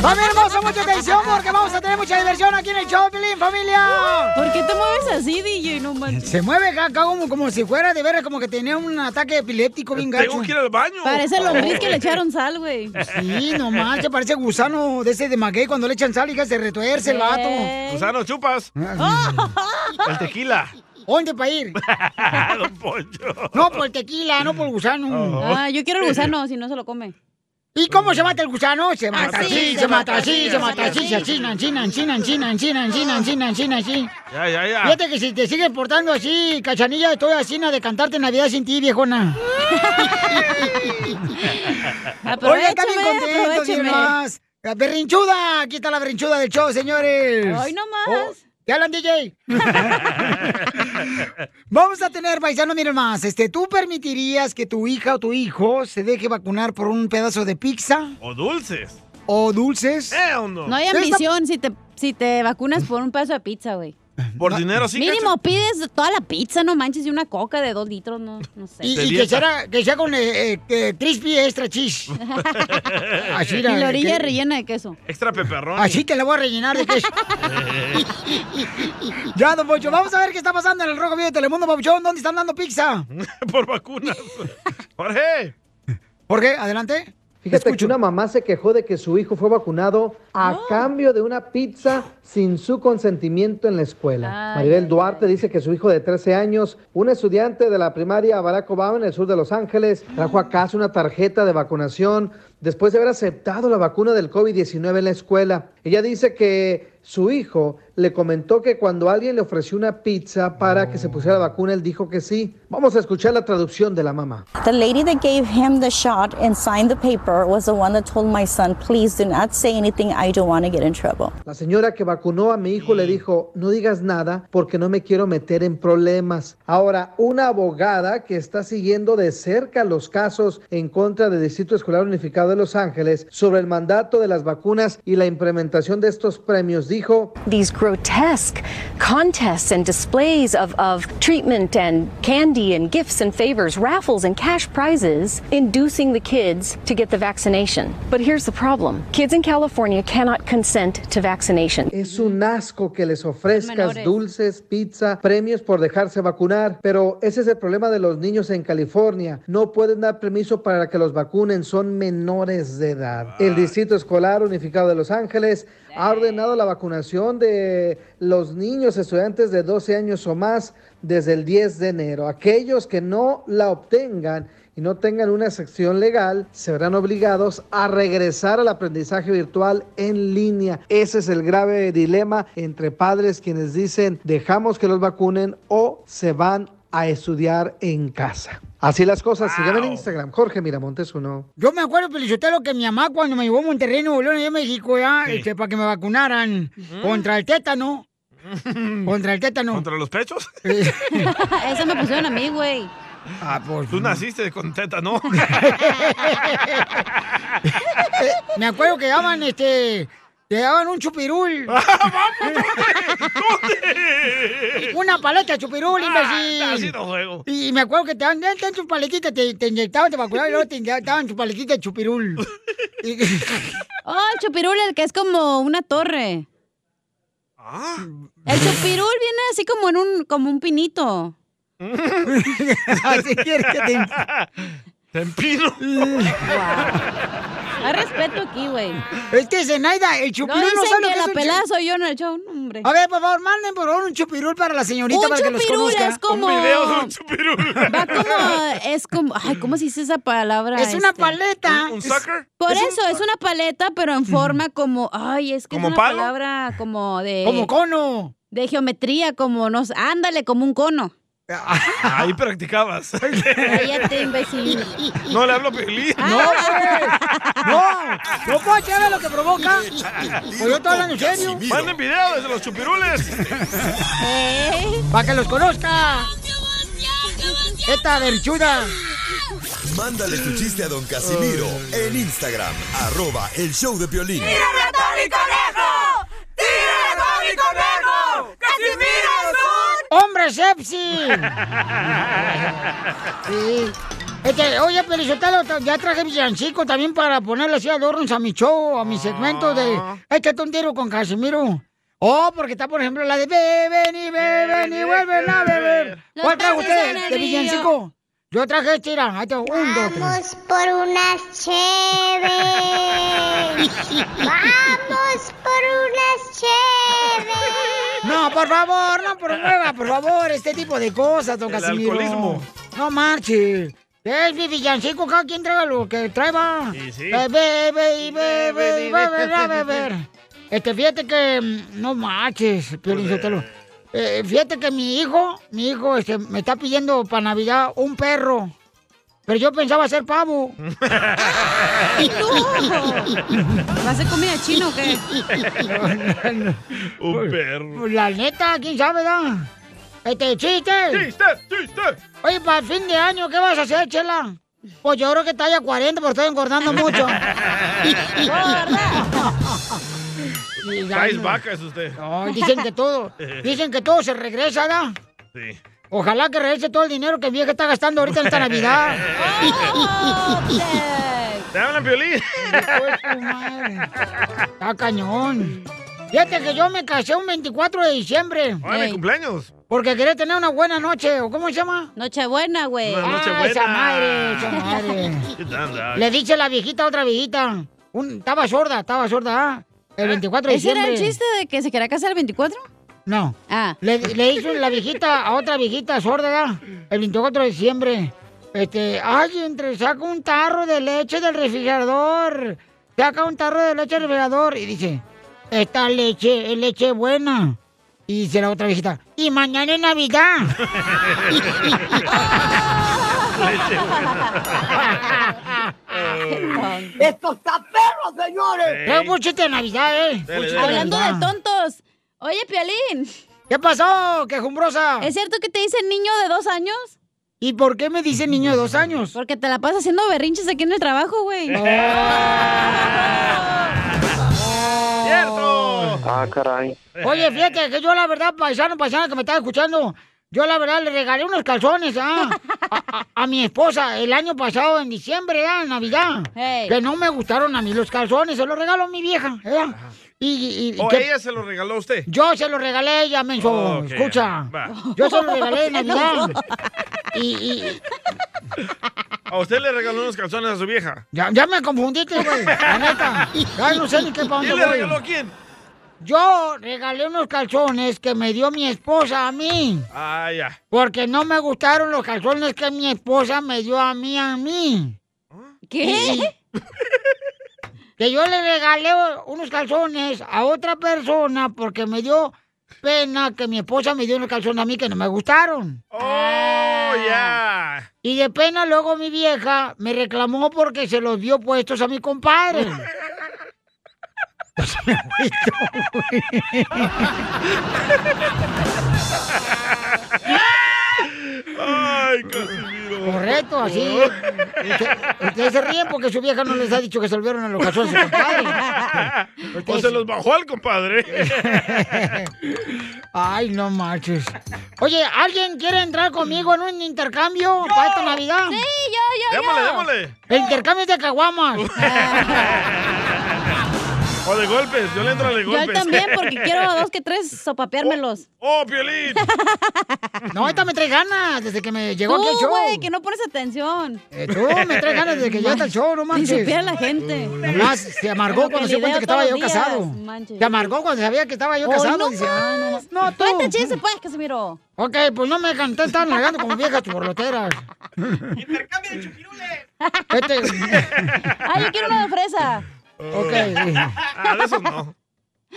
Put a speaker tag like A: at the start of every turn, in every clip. A: ¡Familia hermosa, mucha atención porque vamos a tener mucha diversión aquí en el Choplin, familia!
B: ¿Por qué te mueves así, DJ? No manches.
A: Se mueve acá como, como si fuera de veras, como que tenía un ataque epiléptico bien gacho.
C: Tengo que ir al baño.
B: Parece el lombriz que le echaron sal, güey.
A: Sí, no manches, parece gusano de ese de maguey cuando le echan sal y que se retuerce el vato.
C: Gusano, chupas. El tequila.
A: ¿Dónde para ir?
C: Don Poncho.
A: No por el tequila, no por el gusano.
C: Oh.
B: Ah, yo quiero el gusano, si no se lo come.
A: ¿Y cómo se mata el gusano? Se mata
B: Así,
A: así, Ah, se mata así, se mata así, se china, china, china, china, china, china, china, china, china.
C: Ya, ya, ya.
A: Fíjate que si te sigues portando así, cachanilla, estoy así na, de cantarte Navidad sin ti, viejona. Oye, está bien contento,
B: aprovechame.
A: bien más. La berrinchuda, aquí está la berrinchuda del show, señores. Oh,
B: Ay, no más.
A: ¿Qué hablan, DJ? Vamos a tener, paisano, miren más. Este, ¿Tú permitirías que tu hija o tu hijo se deje vacunar por un pedazo de pizza
C: O dulces.
A: o dulces?
C: Eh, o no.
B: No hay ambición si te, si te vacunas por un pedazo de pizza, güey.
C: Por dinero sí.
B: Mínimo pides toda la pizza, no manches, y una coca de dos litros, no, no sé.
A: Y,
C: De
A: y que,
C: dieta.
A: sea, que sea con eh, eh, eh, crispy extra cheese. Así,
B: Y la
A: la-
B: orilla
A: que-
B: rellena de queso.
C: Extra peperrón. eh,
A: Así te la voy a rellenar de queso. ya, don Poncho, vamos a ver qué está pasando en el Rojo Vivo de Telemundo, Pabuchón. ¿Dónde están dando pizza?
C: por vacunas. Jorge.
A: ¿Por qué? Adelante.
D: Fíjate que una mamá se quejó de que su hijo fue vacunado a cambio de una pizza sin su consentimiento en la escuela.
B: Ay,
D: Maribel
B: ay,
D: Duarte dice que su hijo de 13 años, un estudiante de la primaria Barack Obama en el sur de Los Ángeles, trajo a casa una tarjeta de vacunación después de haber aceptado la vacuna del COVID-19 en la escuela. Ella dice que su hijo le comentó que cuando alguien le ofreció una pizza para que se pusiera la vacuna, él dijo que sí. Vamos a escuchar la traducción de la mamá.
E: The lady that gave him the shot and signed the paper was the one that told my son, please do not say anything. I don't want to get in trouble.
D: La señora que vacunó a mi hijo le dijo, no digas nada porque no me quiero meter en problemas. Ahora, una abogada que está siguiendo de cerca los casos en contra del Distrito Escolar Unificado de Los Ángeles sobre el mandato de las vacunas y la implementación de estos premios dijo,
F: these grotesque contests and displays of, of treatment and candy and gifts and favors, raffles and cash prizes, inducing the kids to get the vaccination. But here's the problem kids in California cannot consent to vaccination.
D: es un asco que les ofrezcas
B: Menores.
D: dulces, pizza, premios por dejarse vacunar, pero ese es el problema de los niños en California. No pueden dar permiso para que los vacunen, son menores de edad. El Distrito Escolar Unificado de Los Ángeles ha ordenado la vacunación de los niños estudiantes de 12 años o más desde el 10 de enero. Aquellos que no la obtengan y no tengan una sección legal, se verán obligados a regresar al aprendizaje virtual en línea. Ese es el grave dilema entre padres quienes dicen dejamos que los vacunen o se van a estudiar en casa. Así las cosas. Síganme en
C: Wow.
D: Instagram, Jorge Miramontes uno.
A: Yo me acuerdo, Pelichotelo, que mi mamá cuando me llevó a Monterrey, Nuevo León, allá en México, ya,
C: Sí. Mm.
A: este, para que me vacunaran contra el tétano. Contra el tétano.
C: ¿Contra los pechos?
B: Esa me pusieron a mí, güey.
A: Ah, pues,
C: Tú naciste con teta, ¿no?
A: me acuerdo que daban, este, te daban un chupirul,
C: Ah,
A: una paleta de chupirul, imbécil.
C: Ah, Así no juego.
A: Y y me acuerdo que te daban, te daban tus paletitas, te, te inyectaban, te vacunaban y luego te inyectaban tu paletita de chupirul. Y-
B: Oh, el chupirul, el que es como una torre.
C: Ah,
B: El chupirul viene así como en un, como un pinito.
A: Así quieres que te...
C: te empino.
B: Hay respeto aquí, güey.
A: Es que Zenaida, el
B: No
A: chupirul no,
B: dicen
A: sabe
B: que
A: lo que es
B: la
A: un
B: pelada
A: chu-
B: soy yo en el show, no, hombre.
A: A ver, por favor, manden por favor un chupirul para la señorita
B: Un
A: para que los
B: chupirul
A: conozca.
B: es como...
C: Un video de un chupirul.
B: Va como... Es como... Ay, ¿cómo se dice esa palabra?
A: Es una
B: este?
A: paleta.
C: ¿Un, un sucker?
B: Por eso, es una paleta, pero en forma como... Ay, es que es
C: ¿Como
B: una
C: palo?
B: palabra como de...
A: Como cono.
B: de geometría, como... No, sé, ándale, como un cono.
C: Ahí practicabas.
B: Cállate, imbécil.
C: No le hablo a Piolín.
A: No, pues. No. No puedo echarle lo que provoca. Pues yo estoy hablando en serio.
C: Manden video desde los chupirules.
B: Eh.
A: Para que los conozca. Esta verchuda.
G: Mándale tu chiste a don Casimiro en Instagram, arroba el show de Piolín.
A: ¡Hombre sepsi! Sí. Este, oye, pero ya traje villancico también para ponerle así adornos a mi show, a mi segmento de... Échate un tiro con Casimiro. Oh, porque está, por ejemplo, la de beben y beben y vuelven a beber.
H: Los
A: ¿Cuál trajo
H: peces en
A: usted
H: el
A: de
H: río.
A: villancico? Yo traje este, mira, ahí te va, un, dos, tres.
H: Vamos por unas cheves. Vamos por unas cheves.
A: No, por favor, no promueva, por favor, este tipo de cosas, don
H: El
A: Casimiro.
H: alcoholismo.
A: No marche. Es mi villancico, cada quien traga lo que traiga.
H: Y sí.
A: Eh, Bebe y bebe y
H: Bebe,
A: bebe, a beber. Este, fíjate que mm, no marches, Piolín Sotelo. Eh, fíjate que mi hijo, mi hijo, este, me está pidiendo para Navidad un perro. Pero yo pensaba hacer pavo.
B: ¿Va a ser comida china o qué?
C: Un perro.
A: Pues, La neta, quién sabe, ¿da? Este, chiste.
C: Chiste, chiste.
A: Oye, para el fin de año, ¿qué vas a hacer, chela? Pues yo creo que talla 40 porque estoy engordando mucho. Y ya
C: Traes
A: no-
C: vacas usted.
A: No, dicen que todo, dicen que todo se regresa, ¿da?
C: Sí.
A: Ojalá que regrese todo el dinero que el viejo está gastando ahorita en esta Navidad.
C: ¿Te hablan, Piolín?
A: Está cañón. Fíjate que yo me casé un 24 de diciembre.
C: Ay, mi cumpleaños.
A: Porque quería tener una buena noche, ¿o cómo se llama?
B: Nochebuena, güey.
A: Una Nochebuena. Ah, esa madre, esa madre.
C: ¿Qué tal?
A: Le dice la viejita a otra viejita. Un, estaba sorda, estaba sorda, ¿ah? El 24 de
B: ¿Ese
A: diciembre.
B: era el chiste de que se quería casar el 24?
A: No.
B: Ah.
A: Le, le hizo la viejita a otra viejita sorda, ¿ah? El 24 de diciembre. Este, ay, entre, saca un tarro de leche del refrigerador. Saca un tarro de leche del refrigerador. Y dice, esta leche es leche buena. Y dice la otra viejita, y mañana es Navidad.
H: Esto está perro, señores.
A: Es un chiste de Navidad, ¿eh?
H: Dale,
A: Un chiste
H: dale.
B: Hablando
A: Navidad.
B: de tontos. Oye, Piolín.
A: ¿Qué pasó, quejumbrosa?
B: ¿Es cierto que te dicen niño de dos años?
A: ¿Y por qué me dicen niño de dos años?
B: Porque te la pasas haciendo berrinches aquí en el trabajo, güey.
C: ¡Cierto!
I: Ah, caray.
A: Oye, fíjate que yo la verdad, paisano, paisana que me está escuchando, yo la verdad le regalé unos calzones ah, a, a- a mi esposa el año pasado, en diciembre, ah, en Navidad.
B: Hey.
A: Que no me gustaron a mí los calzones, se los regaló mi vieja. ¿eh? Y, y- y
C: ¿O
A: que-
C: Oh, ella se lo regaló a usted?
A: Yo se los regalé a ella, menso.
C: Oh, ok,
A: Escucha.
C: va.
A: Yo se los regalé en
C: Se
A: Navidad.
C: enojó.
A: Y, y-
C: ¿A usted le regaló unos calzones a su vieja?
A: ya, ya me confundiste, güey. La neta. Ya no sé ni qué para dónde
C: ¿Quién le
A: voy.
C: regaló a quién?
A: Yo regalé unos calzones que me dio mi esposa a mí.
C: Ah, ya.
A: Porque no me gustaron los calzones que mi esposa me dio a mí, a mí.
B: ¿Qué?
A: Que yo le regalé unos calzones a otra persona porque me dio pena que mi esposa me dio unos calzones a mí que no me gustaron.
C: ¡Oh, ya!
A: Y de pena luego mi vieja me reclamó porque se los dio puestos a mi compadre.
C: ¡Ay, Oh. Casimiro!
A: Correcto, así. Usted- Ustedes se ríen porque su vieja no les ha dicho que se volvieron a los calzones a su compadre.
C: O se los bajó al compadre.
A: Ay, no marches. Oye, ¿alguien quiere entrar conmigo en un intercambio para esta Navidad?
B: Sí, yo, yo, yo.
C: Démosle, démosle.
A: El intercambio es de caguamas.
C: Uh. O de golpes, yo le entro a de golpes.
B: Yo también, porque quiero a dos que tres sopapeármelos.
C: ¡Oh, Piolín!
A: No, esta me trae ganas desde que me llegó aquí el
B: Tú,
A: show.
B: güey, que no pones atención.
A: Eh, tú me traes ganas desde que llegaste al show, no
B: Ni
A: manches.
B: supiera la gente.
A: Nomás se amargó
B: Como
A: cuando se
B: que
A: dio cuenta
B: video
A: que estaba yo
B: todos los
A: casado.
B: días, manches.
A: Se amargó cuando sabía que estaba yo
B: Hoy
A: casado.
B: no
A: Dice, ah, no, no.
B: No, Cuenta chiste, pues, Casimiro.
A: Ok, pues no me canté, están largando como viejas borloteras. Intercambio de chupirules.
B: Ah, yo quiero uno de fresa.
A: Este, ok.
C: Ah, de esos no.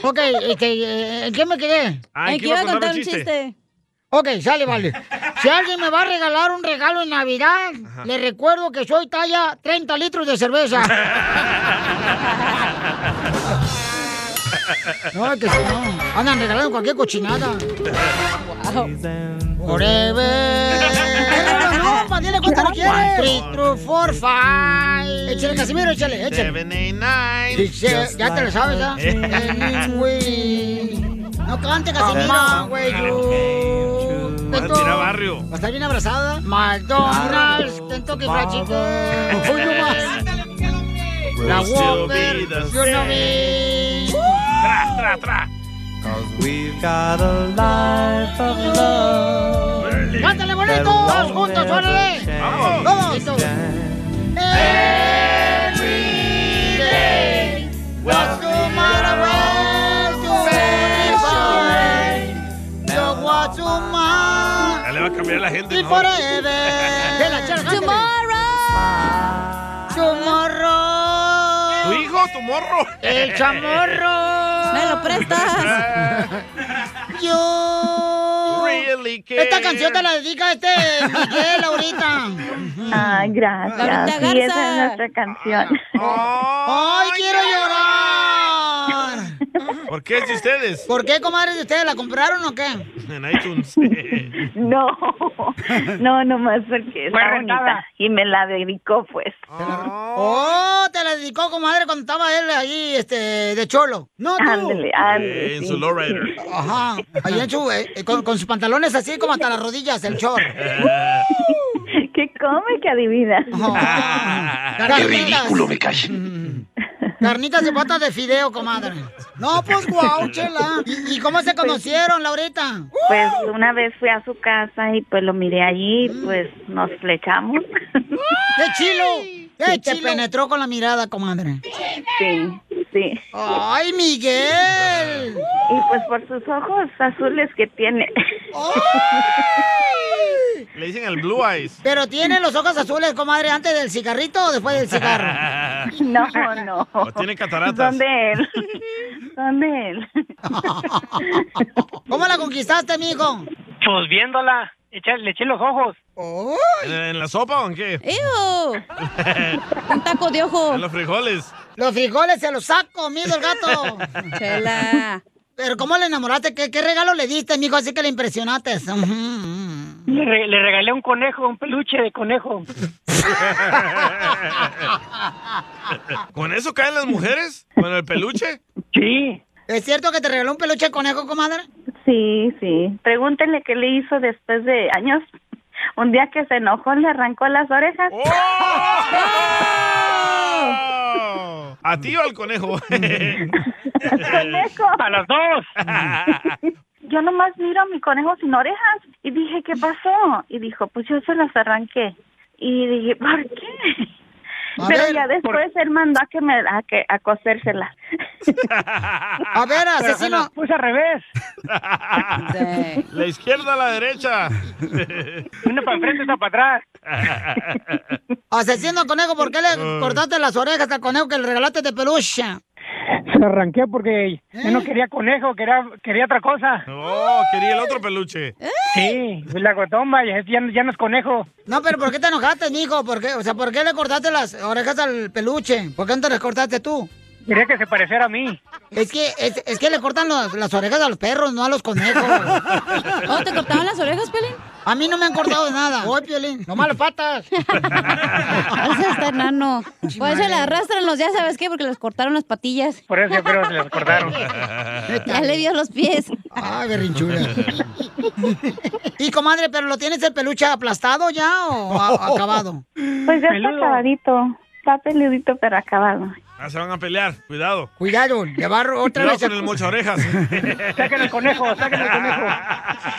A: Ok, este, eh, ¿en qué me quedé?
C: Ah, ¿en qué iba a contar un chiste?
A: Ok, sale, vale. Si alguien me va a regalar un regalo en Navidad, le recuerdo que soy talla 30 litros de cerveza. No, que si no, andan regalando cualquier cochinada. Forever. No, pa, dile cuánto lo quieres. Three, true, four, five. Échale, Casimiro, échale, échale.
C: Seven, eight, nine.
A: Sí, ya te lo sabes, ¿ah?
C: Eh.
A: Anyway. No cante, Casimiro.
H: Ah.
A: güey, yo. Beto.
C: Mira barrio.
A: ¿Va a estar bien abrazada? McDonald's, Kentucky Fried Chicken. Hoy no más. Pues La
H: We'll still
A: Whopper,
H: be the
A: yo no vi. Tra,
C: tra, tra.
I: We've got a life of love.
A: ¡Cántale bonito! ¡Todos juntos, órale!
I: ¡Vamos!
A: ¡Todos! Every day, what's tomorrow will be fine. So what's tomorrow?
C: Ya le va a cambiar la gente.
A: Y
C: ¿no?
A: forever. Chela, chela, cántale. Tomorrow.
C: ¿Tu hijo? ¿Tu morro?
A: El chamorro.
B: Me lo prestas.
A: Yo.
C: Really care.
A: Esta canción te la dedica este Miguel ahorita.
J: Ah, gracias.
A: Laurita
J: Sí, esa
A: Garza.
J: es nuestra canción.
A: ¡Ay, quiero llorar!
C: ¿Por qué es de ustedes?
A: ¿Por qué, comadres de ustedes? ¿La compraron o qué?
C: En iTunes.
J: No, no, nomás porque está bonita y me la dedicó, pues.
A: Oh, te la dedicó, comadre, cuando estaba él ahí, este, de cholo. No, tú.
J: Ándale, ándale, Eh, en sí, su
C: lowrider.
A: Ajá, ahí en su, eh, eh, con, con sus pantalones así como hasta las rodillas, el short.
J: ¿Qué come que adivina?
A: Qué ridículo me cae. Carnitas de patas de fideo, comadre. No, pues guau, chela. ¿Y, y cómo se conocieron, Laurita?
J: Pues una vez fui a su casa y pues lo miré allí,
A: Mm.
J: pues nos flechamos.
A: ¡Qué chilo! ¡Qué Se penetró con la mirada, comadre.
J: Sí, sí.
A: ¡Ay, Miguel!
J: Y pues por sus ojos azules que tiene.
C: Le dicen el Blue Eyes.
A: Pero tiene los ojos azules, comadre, antes del cigarrito o después del cigarro.
J: No, no.
C: O tiene cataratas.
J: Son de él. Son de él.
A: ¿Cómo la conquistaste, mijo?
K: Pues viéndola, echa- le eché los ojos.
A: ¡Oh!
C: ¿En, en la sopa o en qué?
A: Un taco de ojo.
C: en los frijoles.
A: Los frijoles se los ha comido el gato.
B: Chela.
A: Pero ¿cómo le enamoraste? ¿Qué, qué regalo le diste, mijo? Así que le impresionaste.
K: Le, re- le regalé un conejo, un peluche de conejo.
C: ¿Con eso caen las mujeres? ¿Con el peluche?
K: Sí.
A: ¿Es cierto que te regaló un peluche de conejo, comadre?
J: Sí, sí. Pregúntenle qué le hizo después de años. Un día que se enojó, le arrancó las orejas.
A: ¡Oh!
C: ¿A ti o al conejo?
J: ¡Conejo!
K: ¡A las dos!
J: Yo nomás miro a mi conejo sin orejas. Y dije, ¿qué pasó? Y dijo, pues yo se las arranqué. Y dije, ¿por qué?
A: A
J: Pero
A: ver,
J: ya después él mandó a que me a que a cosérselas.
A: A ver, asesino.
K: Pues al revés.
C: La izquierda a la derecha.
K: Una para enfrente, otra para
C: atrás.
A: Asesino conejo, ¿por qué
C: Ah.
A: le cortaste las orejas al conejo que le regalaste de peluche? ¿Eh?
K: Se lo arranqué porque yo no quería conejo, quería, quería otra cosa.
C: Oh, quería el otro peluche.
A: ¿Eh?
K: Sí, pues la gotomba, ya, ya no- ya no es conejo.
A: No, pero ¿por qué te enojaste, mijo? ¿Por qué? O sea, ¿por qué le cortaste las orejas al peluche? ¿Por qué no te las cortaste tú?
K: Quería que se pareciera a mí.
A: Es que, es, es que le cortan los- las orejas a los perros, no a los conejos. ¿No te cortaban las orejas, Piolín? A mí no me han cortado nada. Voy, Piolín. No las patas.
B: Ese está enano. Pues se le arrastran los, ya sabes qué, porque les cortaron las patillas.
K: Por eso yo creo que se las cortaron.
B: Ya le vio los pies.
A: Ay, berrinchuda. Y comadre, ¿pero lo tienes el peluche aplastado ya o a- acabado?
J: Pues ya está acabadito. Está peludito, pero acabado.
C: Ah, se van a pelear. Cuidado.
A: Cuidado, le va a otra
C: Cuidado
A: vez.
C: con el mocha orejas.
K: Saquen el conejo, saquen el conejo.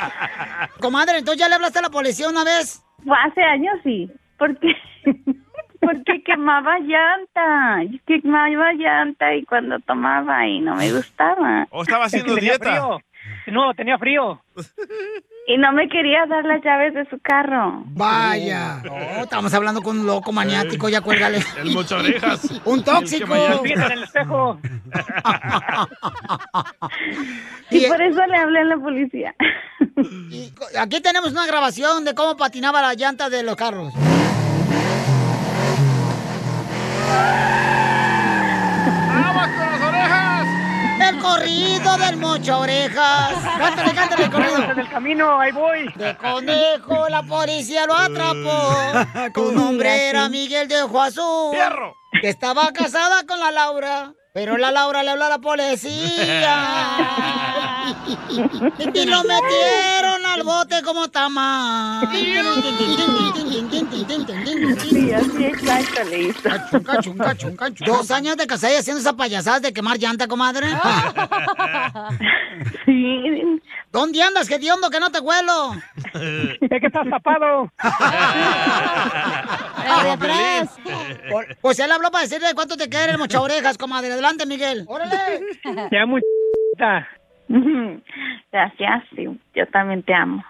A: Comadre, entonces ya le hablaste a la policía una vez.
J: Hace años sí, porque porque quemaba llanta, quemaba llanta y cuando tomaba y no me gustaba.
C: ¿O estaba
K: Es
C: haciendo
K: que tenía
C: dieta?
K: frío. No, tenía frío.
J: Y no me quería dar las llaves de su carro.
A: Vaya. Ah, No, estamos hablando con un loco maniático, ya cuélgale.
C: El mocha orejas.
A: Un tóxico.
K: Fíjate en el espejo.
J: Y por eso le hablé a la policía.
A: Aquí tenemos una grabación de cómo patinaba la llanta de los carros.
H: ¡Aguas con las orejas!
A: El corrido del mocho orejas. Cántale, cántale el corrido.
K: En el camino, ahí voy.
A: De conejo la policía lo atrapó. Tu nombre era Miguel de Ojo Azul. Que estaba casada con la Laura. Pero la Laura le habló a la policía. Y lo metieron a al bote como tama.
J: Sí, así exacto, listo.
A: Cacho, cacho, cacho. Dos años de casada y haciendo esas payasadas de quemar llanta, comadre.
B: Ah,
J: Sí.
A: ¿Dónde andas, que hondo que no te huelo?
K: Es que estás tapado.
A: Por- Pues él habló para decirle cuánto te queda el mocha orejas, comadre. Adelante, Miguel. ¡Órale!
K: Te amo,
J: Gracias, sí. Yo también te amo.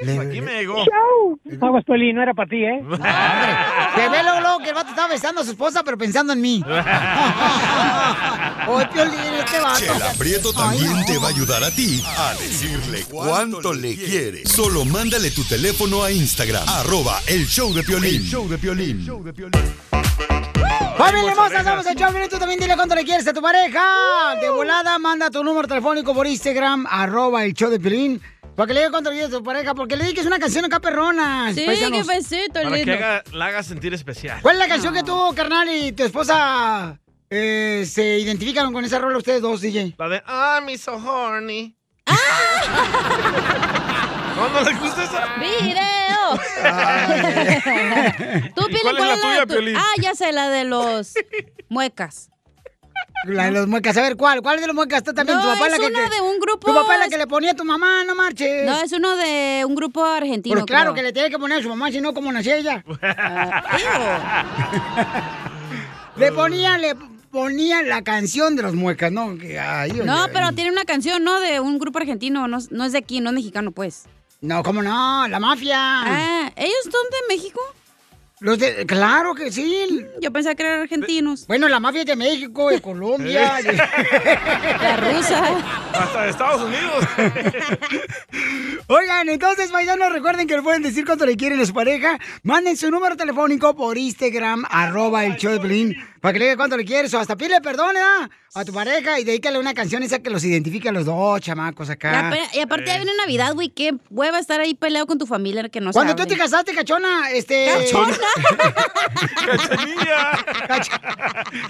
C: Aquí me llegó.
K: Chau. Aguas, Piolín, no era para ti, ¿eh?
A: Se ve luego, luego que el vato estaba besando a su esposa, pero pensando en mí. ¡Ay, Piolín, este
G: Chela
A: vato!
G: Prieto también te va a ayudar a ti a decirle cuánto le quiere. Solo mándale tu teléfono a Instagram, arroba el show de Piolín. show de Piolín.
A: ¡Familia hermosa! Somos el Chopin. Tú también dile cuánto le quieres a tu pareja. De volada, manda tu número telefónico por Instagram, arroba el show de Piolín. Para que le diga cuánto le quieres a tu pareja, porque le dije que es una canción acá perrona.
B: Sí, qué
A: paisanos.
B: besito
C: Para que haga- la haga sentir especial.
A: ¿Cuál es la canción que tú, carnal, y tu esposa eh, se identificaron con esa rola ustedes dos, DJ?
C: La de I'm Ah, so horny.
A: ah,
C: ¿No, no les gusta esa? eh,
B: ¡Video! ¿Tú,
C: ¿Y
B: Piolín,
C: cuál es la
B: de
C: tuya,
B: tu-
C: Piolín?
B: Ah, ya sé, la de los muecas.
A: La de los muecas. A ver, ¿cuál? ¿Cuál de los muecas tú también?
B: No,
A: tu papá
B: es
A: la que,
B: una
A: que-
B: de un grupo-
A: Tu papá la que le ponía a tu mamá, no marches.
B: Pues. No, es uno de un grupo argentino.
A: Pero claro que
B: creo.
A: le tiene que poner a su mamá, si no, como nació ella. le ponía, le ponía la canción de los muecas, ¿no? Que- ay, ay,
B: No,
A: ay.
B: pero tiene una canción, ¿no? De un grupo argentino. No, no es de aquí, no es mexicano, pues.
A: No, ¿cómo no? La mafia.
B: Ah, ¿ellos son de México?
A: Los de- claro que sí.
B: Yo pensaba que eran argentinos.
A: Bueno, la mafia es de México, de Colombia. de-
B: La rusa.
C: Hasta de Estados Unidos.
A: Oigan, entonces, paisanos, recuerden que le pueden decir cuánto le quieren a su pareja. Manden su número telefónico por Instagram, arroba el show de Piolín, para que le diga cuánto le quieres o hasta pídele perdón ¿eh? a tu pareja y dedícale una canción esa que los identifique a los dos chamacos
B: La
A: acá. Eh.
B: pe- y aparte ya viene Navidad, güey, qué hueva estar ahí peleado con tu familia que no
A: Cuando
B: sabe.
A: tú te casaste, cachona, este...
B: ¡Cachona!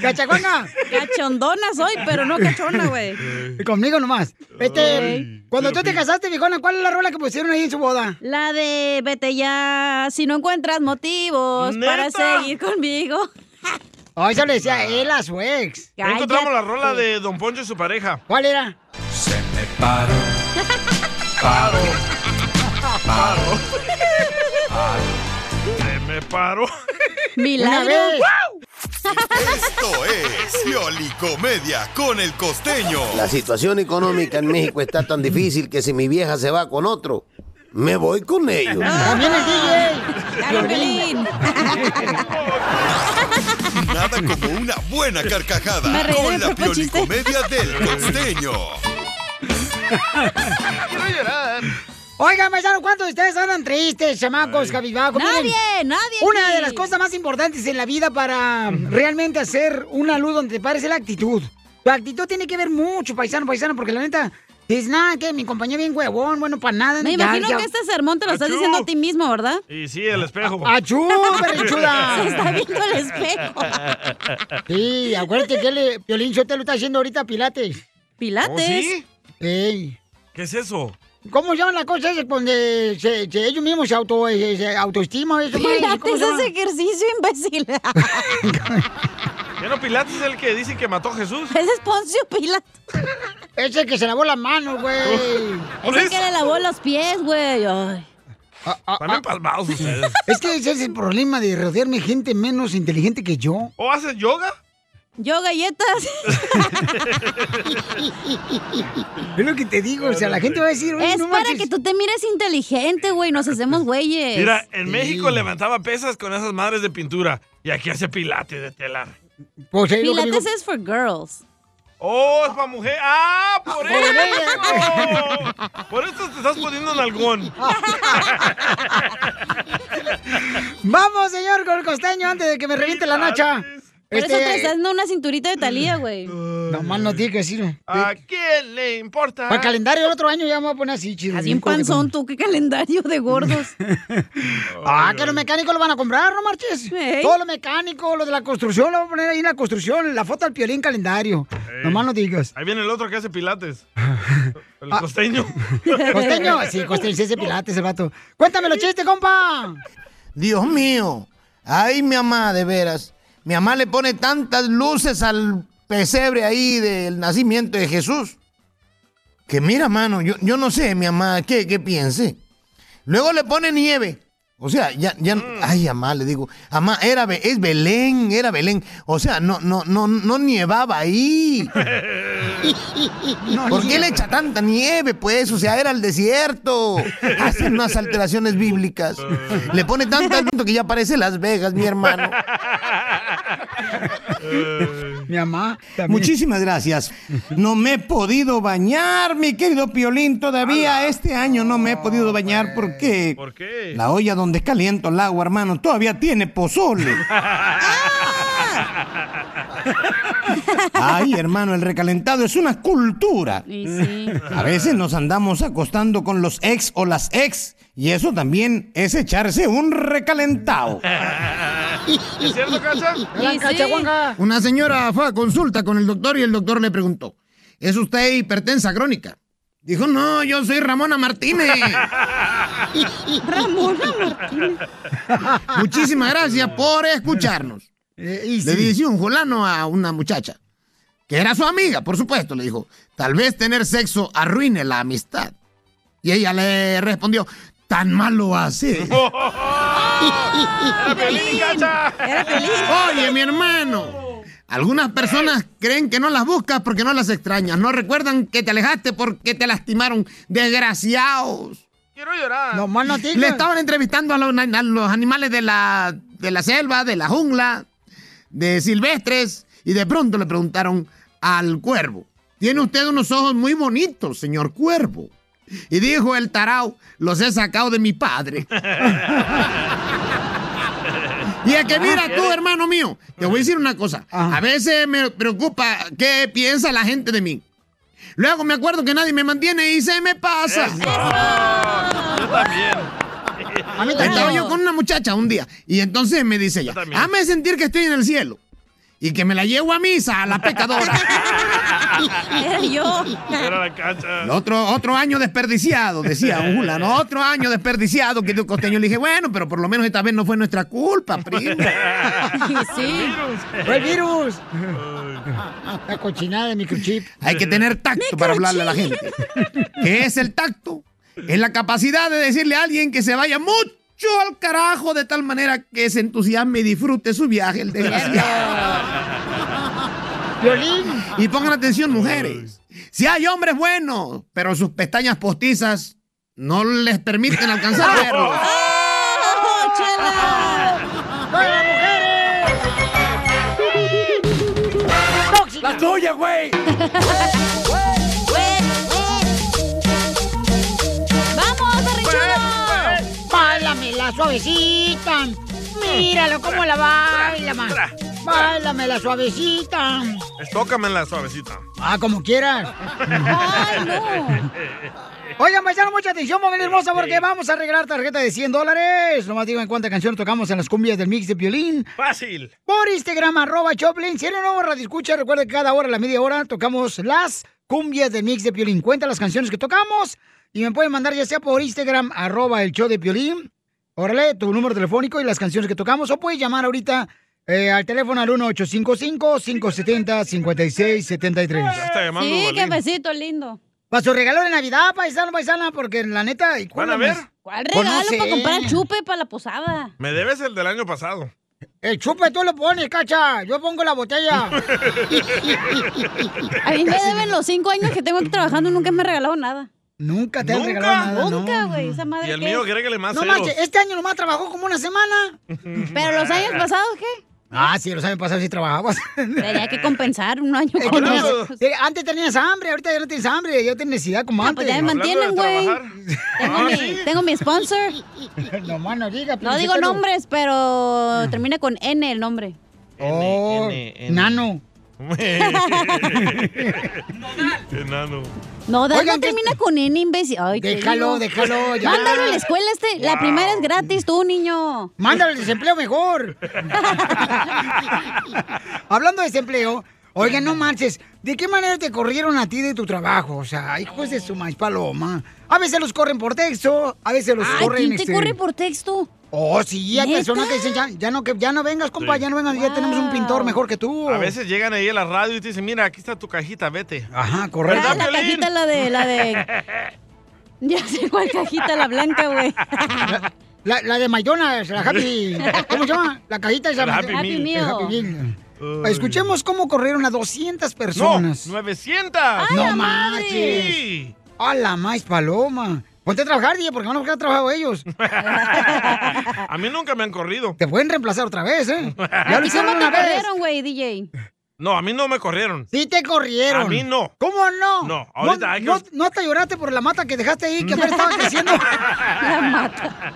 A: ¡Cachacona!
B: Cachondona soy, pero no cachona, güey.
A: Conmigo nomás. Este, cuando tú te casaste, viejona, ¿cuál es la rola que pusieron ahí en su boda?
B: La de vete ya, si no encuentras motivos para
C: ¿Neta?
B: seguir conmigo. Ah.
A: Oh, eso le decía él a su ex.
C: Ya encontramos la rola de Don Poncho y su pareja.
A: ¿Cuál era?
I: Se me paró, paró, paró, paró.
C: Se me paró.
G: Milagro.
A: vez.
G: Esto es Pioli Comedia con el costeño.
L: La situación económica en México está tan difícil que si mi vieja se va con otro, me voy con ellos.
A: También el
B: Dale, Pelín.
G: Nada como una buena
B: Me
G: carcajada
B: reí de mi
G: con la
B: propio
G: Pioli
B: chiste.
G: Comedia del costeño.
C: Quiero llorar.
A: Oigan, paisano, ¿cuántos de ustedes andan tristes, chamacos, cabizbajos?
B: Nadie,
A: Miren,
B: nadie
A: Una
B: aquí.
A: de las cosas más importantes en la vida para realmente hacer una luz donde te pares es la actitud. Tu actitud tiene que ver mucho, paisano, paisano, porque la neta, dices, nada, que mi compañía bien huevón, bueno, para nada.
B: Me
A: ya,
B: imagino
A: ya".
B: que este sermón te lo estás
A: Achú.
B: diciendo a ti mismo, ¿verdad?
C: Y sí, el espejo.
A: ¡Achú, berrinchuda!
B: Se está viendo el espejo.
A: Sí, acuérdate que le, Piolín Sotelo está haciendo ahorita pilates.
B: ¿Pilates? ¿Oh, sí?
A: Ey.
C: ¿Qué es eso?
A: ¿Cómo se llama la cosa esa donde se, se- ellos mismos se, auto, eh, se, se autoestima? Eso, madre? ¿Cómo
B: Pilates
A: se
B: es
A: llama?
B: ejercicio, imbécil.
C: ¿Ya no Pilates es el que dicen que mató a Jesús?
B: Ese es Poncio Pilates.
A: Ese que se lavó las manos, güey.
C: ¿Por
B: Ese
C: eso?
B: Pues que le lavó los pies, güey. Ay.
A: Ah,
C: También palmados ustedes.
A: Es que ese es el problema de rodearme gente menos inteligente que yo.
C: ¿O haces yoga?
B: Yo galletas.
A: Es lo que te digo, o sea, la gente va a decir, oye,
B: es
A: no
B: para
A: manches.
B: que tú te mires inteligente, güey. Nos hacemos güeyes.
C: Mira, en México levantaba pesas con esas madres de pintura. Y aquí hace pilates de telar.
A: Pues ahí lo que
B: Pilates
A: digo.
B: es for girls.
C: ¡Oh, es para mujer! ¡Ah, por
A: por
C: eso! por eso te estás poniendo nalgón.
A: Vamos, señor, con el costeño antes de que me reviente la nacha.
B: Por eso te
A: Este,
B: estás dando una cinturita de talía, güey.
A: nomás no tiene que decir.
B: Ah,
C: ¿A quién le importa?
A: Para el calendario el otro año ya me voy a poner así, chido.
B: Así un panzón, tú, qué calendario de gordos.
A: Ah, que los mecánicos lo van a comprar, ¿no marches? Todo lo mecánico, lo de la construcción, lo van a poner ahí en la construcción, la foto al piolín calendario. Nomás no digas.
C: Ahí viene el otro que hace pilates. El costeño.
A: ¿Costeño? Sí, costeño, sí, ese pilates el vato. Cuéntame los chistes, compa.
H: Dios mío. Ay, mi mamá, de veras. Mi mamá le pone tantas luces al pesebre ahí del nacimiento de Jesús. Que mira, mano, yo, yo no sé, mi mamá, ¿qué, qué piense? Luego le pone nieve. O sea, ya, ya, ay, mamá, le digo, mamá, era, Be- es Belén, era Belén. O sea, no, no, no, no nievaba ahí. ¿Por qué le echa tanta nieve, pues? O sea, era el desierto. Hacen unas alteraciones bíblicas. Le pone tanta tanto que ya parece Las Vegas, mi hermano.
A: Mi mamá.
H: Muchísimas gracias. No me he podido bañar, mi querido Piolín. Todavía este año no me he podido bañar porque
C: Ah, ¿Por qué?
H: la olla donde caliento el agua, hermano, todavía tiene pozole. Ay, hermano, el recalentado es una cultura. A veces nos andamos acostando con los ex o las ex y eso también es echarse un recalentado.
I: ¿Es cierto, Cacha?
H: Una señora fue a consulta con el doctor y el doctor le preguntó, ¿es usted hipertensa crónica? Dijo, no, yo soy Ramona Martínez. Ramona Martínez. Muchísimas gracias por escucharnos. Le dice un fulano a una muchacha, que era su amiga, por supuesto, le dijo, tal vez tener sexo arruine la amistad. Y ella le respondió, tan malo hace.
I: ¡Era Pelín, Cacha!
H: Oye, mi hermano. Algunas personas creen que no las buscas porque no las extrañas. No recuerdan que te alejaste porque te lastimaron. Desgraciados.
C: Quiero llorar.
A: No, más no digas.
H: Le estaban entrevistando a los, a los animales de la, de la selva, de la jungla, de silvestres. Y de pronto le preguntaron al cuervo. Tiene usted unos ojos muy bonitos, señor cuervo. Y dijo el tarao, los he sacado de mi padre. Y es que mira tú, hermano mío, te voy a decir una cosa. A veces me preocupa qué piensa la gente de mí. Luego me acuerdo que nadie me mantiene y se me pasa.
I: Yo también.
H: A mí también. Estaba yo con una muchacha un día y entonces me dice ella, hazme sentir que estoy en el cielo y que me la llevo a misa, a la pecadora.
I: Era
H: yo.
C: Era la Cacha.
H: Otro, otro año desperdiciado, decía un fulano, otro año desperdiciado, que de un costeño le dije, bueno, pero por lo menos esta vez no fue nuestra culpa, primo.
A: Sí. Fue el virus.
H: Ah,
A: La cochinada de microchip.
H: Hay que tener tacto para hablarle a la gente. ¿Qué es el tacto? Es la capacidad de decirle a alguien que se vaya mucho al carajo de tal manera que se entusiasme y disfrute su viaje, el desgraciado. Y pongan atención, mujeres. Si hay hombres buenos, pero sus pestañas postizas no les permiten alcanzar a verlos.
I: ¡La tuya, güey!
A: ¡Vamos, arrechudo! Pues, ¡Báilamela suavecita!
B: Mm.
A: ¡Míralo cómo la baila, man! ¡Báilamela suavecita!
C: Tócamela suavecita.
A: Ah, como quieras. Ay, no. Oigan, paisano, mucha atención, familia hermosa, porque vamos a regalar tarjeta de 100 dólares. Nomás digan cuánta canción tocamos en las cumbias del mix de violín.
C: Fácil.
A: Por Instagram, arroba Choplin. Si eres nuevo radioescucha, recuerda que cada hora, a la media hora, tocamos las cumbias del mix de violín. Cuenta las canciones que tocamos y me pueden mandar ya sea por Instagram, arroba el show de violín. Órale, tu número telefónico y las canciones que tocamos. O puedes llamar ahorita eh, al teléfono al 1-855-570-5673.
C: Está llamando
B: Sí,
C: Balín.
B: cafecito lindo.
A: Para su regalo de Navidad, paisano, paisana, porque la neta... ¿y
C: ¿Van a
A: cuándo
C: ver?
A: más?
B: ¿Cuál
A: Pues no
B: regalo
A: sé.
B: para comprar chupe para la posada?
C: Me debes el del año pasado.
A: El chupe tú lo pones, cacha. Yo pongo la botella.
B: A mí me deben los cinco años que tengo aquí trabajando, nunca me he regalado nada.
A: Nunca te han
B: ¿Nunca?
A: regalado nada.
B: Nunca,
A: no.
B: güey, esa madre.
C: Y el
B: qué
C: mío,
B: es?
C: agrégale más
A: No
C: ceros.
A: manches, este año nomás trabajó como una semana.
B: Pero los años pasados, ¿qué?
A: Ah, sí, los años pasados sí trabajabas.
B: Tenía que compensar un año
A: Es que
B: con
A: tenías-
B: otro.
A: te- antes tenías hambre, ahorita ya no tienes hambre, ya tienes necesidad como
B: Ah,
A: antes.
B: pues ya me mantienen, güey. Tengo,
A: Ah,
B: mi,
A: ¿sí?
B: tengo mi sponsor.
A: No, más no Ah. diga.
B: No digo
A: Felicítalo.
B: nombres, pero termina con N el nombre.
A: Oh, nano.
C: Enano.
B: No, Dan
A: Oigan,
B: no termina con N, imbécil. Ay, te digo.
A: Déjalo, déjalo, ya.
B: Mándalo a la escuela este. La
A: Wow.
B: primera es gratis, tú, niño.
A: Mándalo al desempleo mejor. Hablando de desempleo, Oiga, no marches. ¿De qué manera te corrieron a ti de tu trabajo? O sea, hijos de su maíz paloma. A veces los corren por texto, a veces los
B: Ay,
A: corren...
B: ¿quién te
A: este,
B: corre por texto?
A: Oh, sí, hay
B: ¿Neta?
A: personas que dicen, ya, ya no, que, ya no vengas, compa,
C: Sí.
A: ya no vengas, ya tenemos un pintor mejor que tú.
C: A veces llegan ahí a la radio y te dicen, mira, aquí está tu cajita, vete.
A: Ajá, correcto.
B: Ah, la cajita, la de, la de... Ya sé cuál cajita, la blanca, güey.
A: La, la de McDonald's, la Happy... ¿Cómo se llama? La cajita esa.
C: La Happy Meal.
A: El Happy Meal. Escuchemos cómo corrieron a 200 personas.
C: No, 900. ¡Ay,
A: no
C: la madre!
A: marches. A la maíz paloma. Ponte a trabajar, DJ, porque van a buscar trabajo ellos.
C: A mí nunca me han corrido.
A: Te pueden reemplazar otra vez, ¿eh? Ya lo
B: ¿Y cómo
A: hicieron
B: te
A: una vez.
B: corrieron, güey, DJ?
C: No, a mí no me corrieron.
A: Sí te corrieron.
C: A mí no.
A: ¿Cómo no?
C: No, ahorita
A: ¿No,
C: hay que-
A: no, no te lloraste por la mata que dejaste ahí, que apenas estaba creciendo? la mata.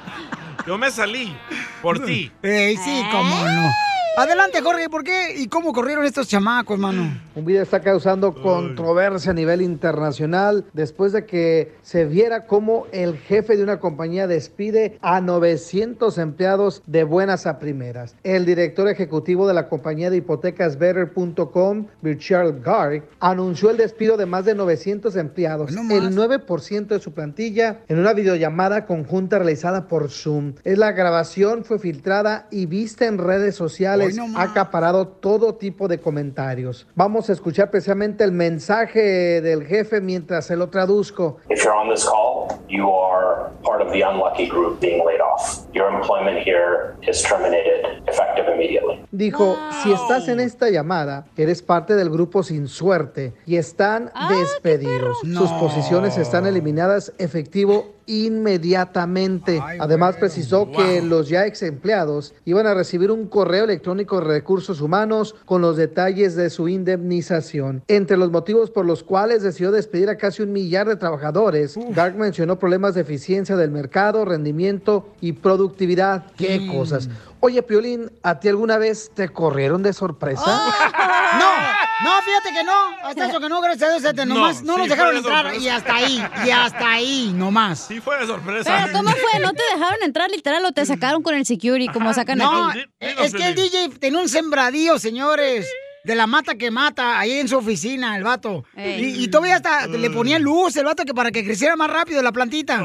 C: Yo me salí por ti.
A: Ey, sí, cómo no. Adelante, Jorge, ¿por qué y cómo corrieron estos chamacos, mano?
D: Un video está causando controversia a nivel internacional después de que se viera cómo el jefe de una compañía despide a 900 empleados de buenas a primeras. El director ejecutivo de la compañía de hipotecas Better.com, Richard Garg, anunció el despido de más de 900 empleados, el 9% de su plantilla, en una videollamada conjunta realizada por Zoom. Es La grabación fue filtrada y vista en redes sociales.
A: Hoy no
D: ha acaparado todo tipo de comentarios. Vamos a escuchar precisamente el mensaje del jefe mientras se lo traduzco.
M: If you're on this call, you are part of the unlucky group being laid off. Your employment here is terminated effective immediately.
D: Dijo, si estás en esta llamada, eres parte del grupo sin suerte y están despedidos. Sus
A: No.
D: posiciones están eliminadas efectivo inmediatamente. Además, precisó que los ya ex empleados iban a recibir un correo electrónico de recursos humanos con los detalles de su indemnización. Entre los motivos por los cuales decidió despedir a casi un millar de trabajadores, Dark mencionó problemas de eficiencia del mercado, rendimiento y productividad. ¡Qué cosas! Oye, Piolín, ¿a ti alguna vez te corrieron de sorpresa?
B: ¡Ah!
A: No, fíjate que no. Hasta eso que no, gracias a Dios, este, nomás no,
D: sí
A: nos dejaron
D: fue de
A: entrar.
D: sorpresa.
A: Y hasta ahí, y hasta ahí, nomás.
C: Sí, fue de sorpresa.
B: Pero, ¿cómo fue? ¿No te dejaron entrar literal o te sacaron con el security como sacan
A: No, eh,
B: aquí?
A: es que el DJ tenía un sembradío, señores. De la mata que mata, ahí en su oficina, el vato.
B: Ey.
A: Y, y todavía hasta le ponía luz el vato que para que creciera más rápido la plantita.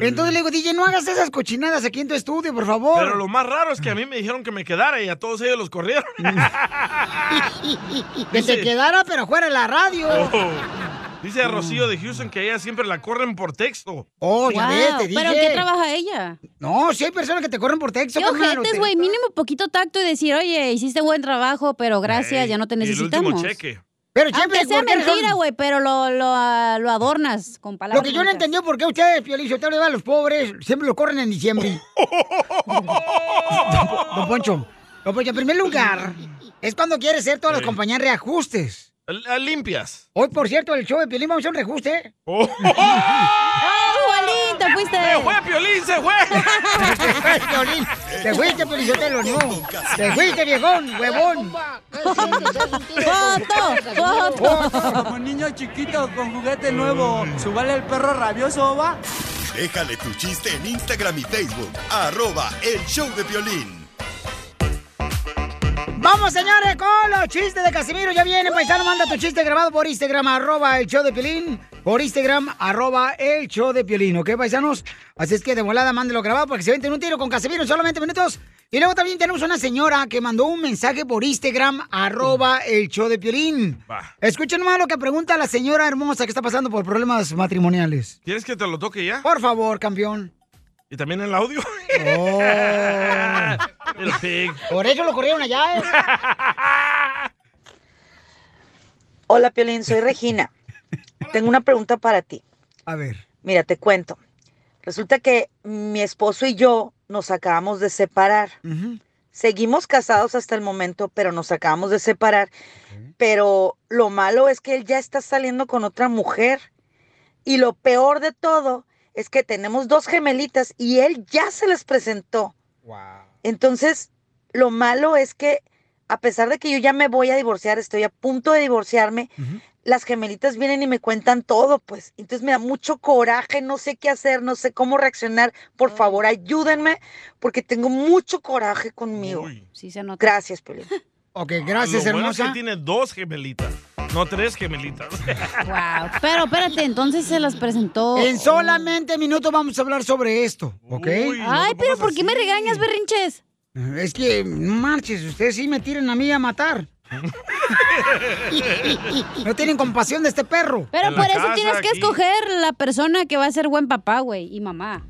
A: Entonces le digo, DJ, no hagas esas cochinadas aquí en tu estudio, por favor.
C: Pero lo más raro es que a mí me dijeron que me quedara y a todos ellos los corrieron.
A: Que se
C: Dice-
A: quedara, pero fuera de la radio.
C: Oh. Dice Rocío de Houston que a ella siempre la corren por texto.
A: Oh, ya ves, te
B: ¿Pero en
A: dije.
B: qué trabaja ella?
A: No, si hay personas que te corren por texto.
B: Qué
A: carnal, o
B: ojetes,
A: te-
B: güey. Mínimo poquito tacto y decir, oye, hiciste buen trabajo, pero gracias, ya no te necesitamos.
A: Pero siempre
B: Aunque sea
A: ¿por qué razón?
B: mentira, güey, pero lo, lo, ah, lo adornas con palabras.
A: Lo que yo no entendí por qué ustedes, Piolín, Sotelo, a los pobres, siempre lo corren en diciembre. Don Poncho, Don Poncho, en primer lugar, es cuando quieres ser todas las compañías reajustes.
C: L- Limpias.
A: Hoy, por cierto, el show de Piolín vamos a hacer un reajuste.
C: ¡Oh!
B: ¡Piolín, te fuiste!
A: ¡Se
C: fue, Piolín, se fue!
A: ¡Se fue, Piolín! ¡Te fuiste, Piolín, Sotelo, no! ¡Te fuiste, viejón, huevón!
H: ¡Foto! ¡Foto! Como niño chiquito con juguete nuevo. Subale el perro rabioso, va.
G: Déjale tu chiste en Instagram y Facebook. Arroba el show de violín.
A: Vamos, señores, con los chistes de Casimiro. Ya viene, paisano, manda tu chiste grabado por Instagram, arroba el show de Piolín. Por Instagram, arroba el show de Piolín, ¿ok, paisanos? Así es que de volada, mándelo grabado porque se venden un tiro con Casimiro en solamente minutos. Y luego también tenemos una señora que mandó un mensaje por Instagram, arroba el show de Piolín. Escuchen más lo que pregunta la señora hermosa que está pasando por problemas matrimoniales.
C: ¿Quieres que te lo toque ya?
A: Por favor, campeón.
C: ¿Y también el audio?
A: Oh.
C: el pig.
A: Por eso lo corrieron allá, ¿eh?
N: Hola, Piolín, soy Regina. Tengo una pregunta para ti.
A: A ver.
N: Mira, te cuento. Resulta que mi esposo y yo nos acabamos de separar. Seguimos casados hasta el momento, pero nos acabamos de separar. Pero lo malo es que él ya está saliendo con otra mujer. Y lo peor de todo es que tenemos dos gemelitas y él ya se les presentó. Entonces, lo malo es que a pesar de que yo ya me voy a divorciar, estoy a punto de divorciarme, las gemelitas vienen y me cuentan todo, pues. Entonces me da mucho coraje, no sé qué hacer, no sé cómo reaccionar. Por favor, ayúdenme porque tengo mucho coraje conmigo.
B: Sí, se nota.
N: Gracias, Piolín.
A: Ok, gracias,
C: Lo Bueno es
A: hermosa.
C: que tiene dos gemelitas, no tres gemelitas.
B: Wow. Pero espérate, entonces se las presentó.
A: En solamente minutos vamos a hablar sobre esto, ¿ok?
B: Ay, pero ¿por qué me regañas, berrinches?
A: Es que, no marches, ustedes sí me tiran a mí a matar. no tienen compasión de este perro.
B: Pero por eso tienes que escoger la persona que va a ser buen papá, güey, y mamá.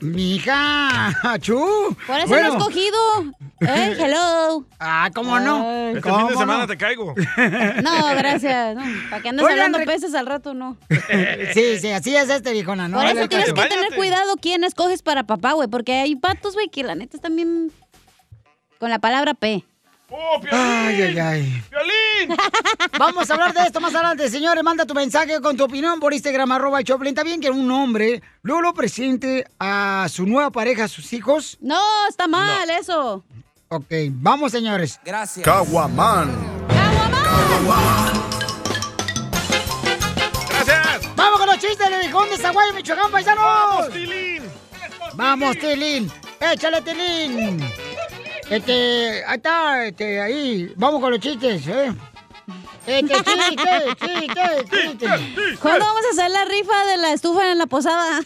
A: Mi hija, Ah, achú.
B: Por eso
A: Bueno.
B: lo he escogido. Eh, hello.
A: Ah, ¿cómo no?
C: Este
A: ¿Cómo
C: fin de semana
A: no?
C: te caigo.
B: No, gracias. No, para que andes
A: Oigan,
B: hablando
A: rec-
B: peces al rato, no.
A: sí, sí, así es este viejona, ¿no?
B: Por
A: Vale,
B: eso tienes que
A: cacho.
B: tener cuidado quién escoges para papá, güey, porque hay patos, güey, que la neta están bien con la palabra P.
A: Ay, ay, ay. Vamos a hablar de esto más adelante, señores. Manda tu mensaje con tu opinión por Instagram, arroba el Choplin. Está bien que un hombre luego lo presente a su nueva pareja, a sus hijos.
B: No, está mal eso.
A: Ok, vamos, señores.
B: Gracias.
A: Caguaman. ¡Gracias! ¡Vamos con los chistes del Rincón de Zaguayo, Michoacán, paisanos! ¡Vamos, Tilín! ¡Vamos, Tilín! ¡Échale, Tilín! Este, ahí está, este, ahí. Vamos con los chistes, ¿eh? Este, chiste, chiste, chiste.
B: ¿Cuándo vamos a hacer la rifa de la estufa en la posada?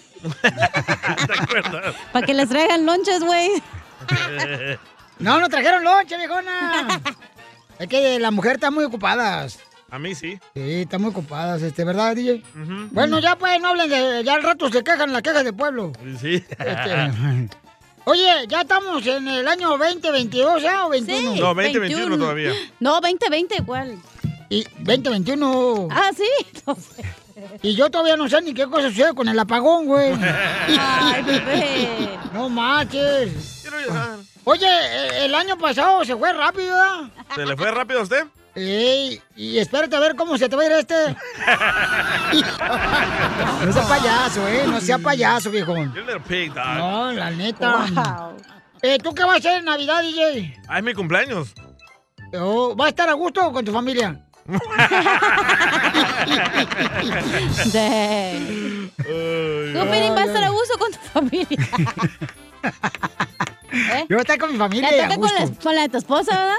B: Para que les traigan lonches, güey.
A: No, no trajeron lonche, viejona. Es que la mujer está muy ocupadas.
C: A mí sí.
A: Sí, están muy ocupadas, este, ¿verdad, DJ? Bueno, ya pues, no hablen de. Ya al rato se quejan las quejas del pueblo.
C: Sí.
A: Oye, ya estamos en el año 2022, ¿ya? ¿O 21?
C: No, 2021 todavía.
B: No, 2020 igual.
A: Y 2021.
B: Ah, sí.
A: Y yo todavía no sé ni qué cosa sucede con el apagón, güey.
B: Ay, bebé.
A: No manches. Oye, eh, el año pasado se fue rápido, ¿verdad?
C: ¿Se le fue rápido a usted?
A: Ey, y espérate a ver cómo se te va a ir este. No sea payaso, ¿eh? No sea payaso, viejón.
C: You're a little pig, ah. dog.
A: No, la neta. Eh, ¿Tú qué vas a hacer en Navidad, DJ?
C: Ah, es mi cumpleaños.
A: Oh, ¿Vas a estar a gusto con tu familia?
B: ¿Tú, Pirín, vas a estar a gusto con tu familia?
A: Yo voy a estar con
B: ¿eh?
A: mi
B: Ya
A: familia. a
B: toca con
A: gusto.
B: la, con la de tu esposa, ¿verdad?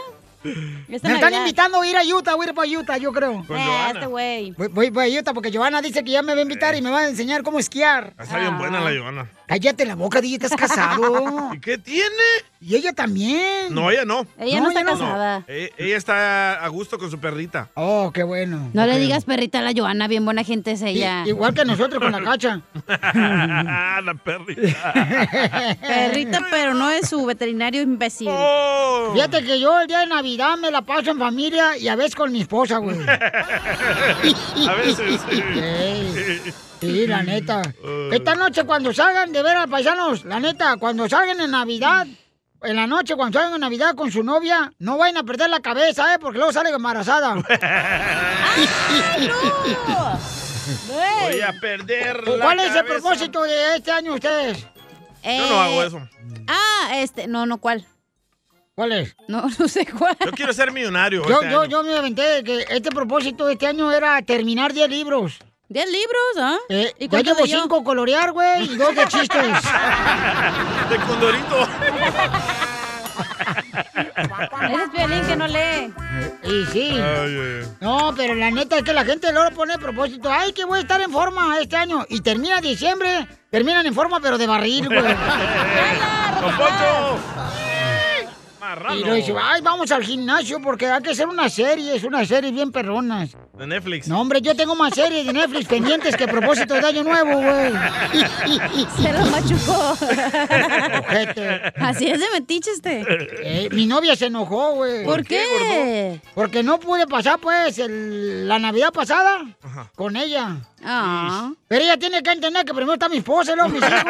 B: Esta
A: Me están
B: Navidad.
A: invitando a ir a Utah, voy a ir para Utah, yo creo.
B: Eh, este güey.
A: Voy, voy, voy a Utah porque Giovanna dice que ya me va a invitar y me va a enseñar cómo esquiar.
C: Ah, Está
B: Ah.
C: bien buena la Giovanna.
A: Cállate la boca, DJ, estás casado.
C: ¿Y qué tiene?
A: Y ella también.
C: No, ella no.
B: Ella no, está casada.
C: No. E- Ella está a gusto con su perrita.
A: Oh, qué bueno.
B: No
C: Ok.
B: le digas perrita a la Joana, bien buena gente es ella.
A: Igual que nosotros con la cacha.
C: Ah, la perrita.
B: Perrita, pero no es su veterinario imbécil.
C: Oh.
A: Fíjate que yo el día de Navidad me la paso en familia y a veces con mi esposa, güey.
I: A veces.
A: Ey, Sí, la neta.
C: Oh.
A: Esta noche cuando salgan, de veras, paisanos, la neta, cuando salgan en Navidad, en la noche cuando salgan en Navidad con su novia, no vayan a perder la cabeza, ¿eh? Porque luego sale embarazada.
C: Voy a perder la
A: ¿Cuál es el
C: cabeza.
A: propósito de este año ustedes?
C: Yo no hago eso.
B: Eh, Ah, este, no, no, ¿cuál?
A: ¿Cuál es?
B: No, no sé cuál.
C: Yo quiero ser millonario.
A: Yo,
C: este
A: yo,
C: año.
A: yo me aventé que este propósito de este año era terminar 10 libros.
B: ¿10 libros, ah?
A: ¿Y ya
B: cuánto
A: llevo
B: leyó?
A: 5 colorear, güey, y 2 de chistes.
C: De Condorito.
B: Ese es Piolín que no lee.
A: Y sí. No, pero la neta es que la gente luego pone propósito. Ay, que voy a estar en forma este año. Y termina diciembre. Terminan en forma, pero de barril, güey.
I: ¡Don Poncho!
A: y luego dice, ay, vamos al gimnasio porque hay que hacer unas series, unas series bien perronas.
C: De Netflix.
A: No, hombre, yo tengo más series de Netflix pendientes que propósito de año nuevo, güey.
B: Se lo machucó.
A: Ojete.
B: Así es de metiche este.
A: Eh, mi novia se enojó, güey.
B: ¿Por qué, gordo?
A: Porque no pude pasar, pues, el- la Navidad pasada con ella.
B: Ah.
A: Pero ella tiene que entender que primero está mi esposa y luego mis hijos.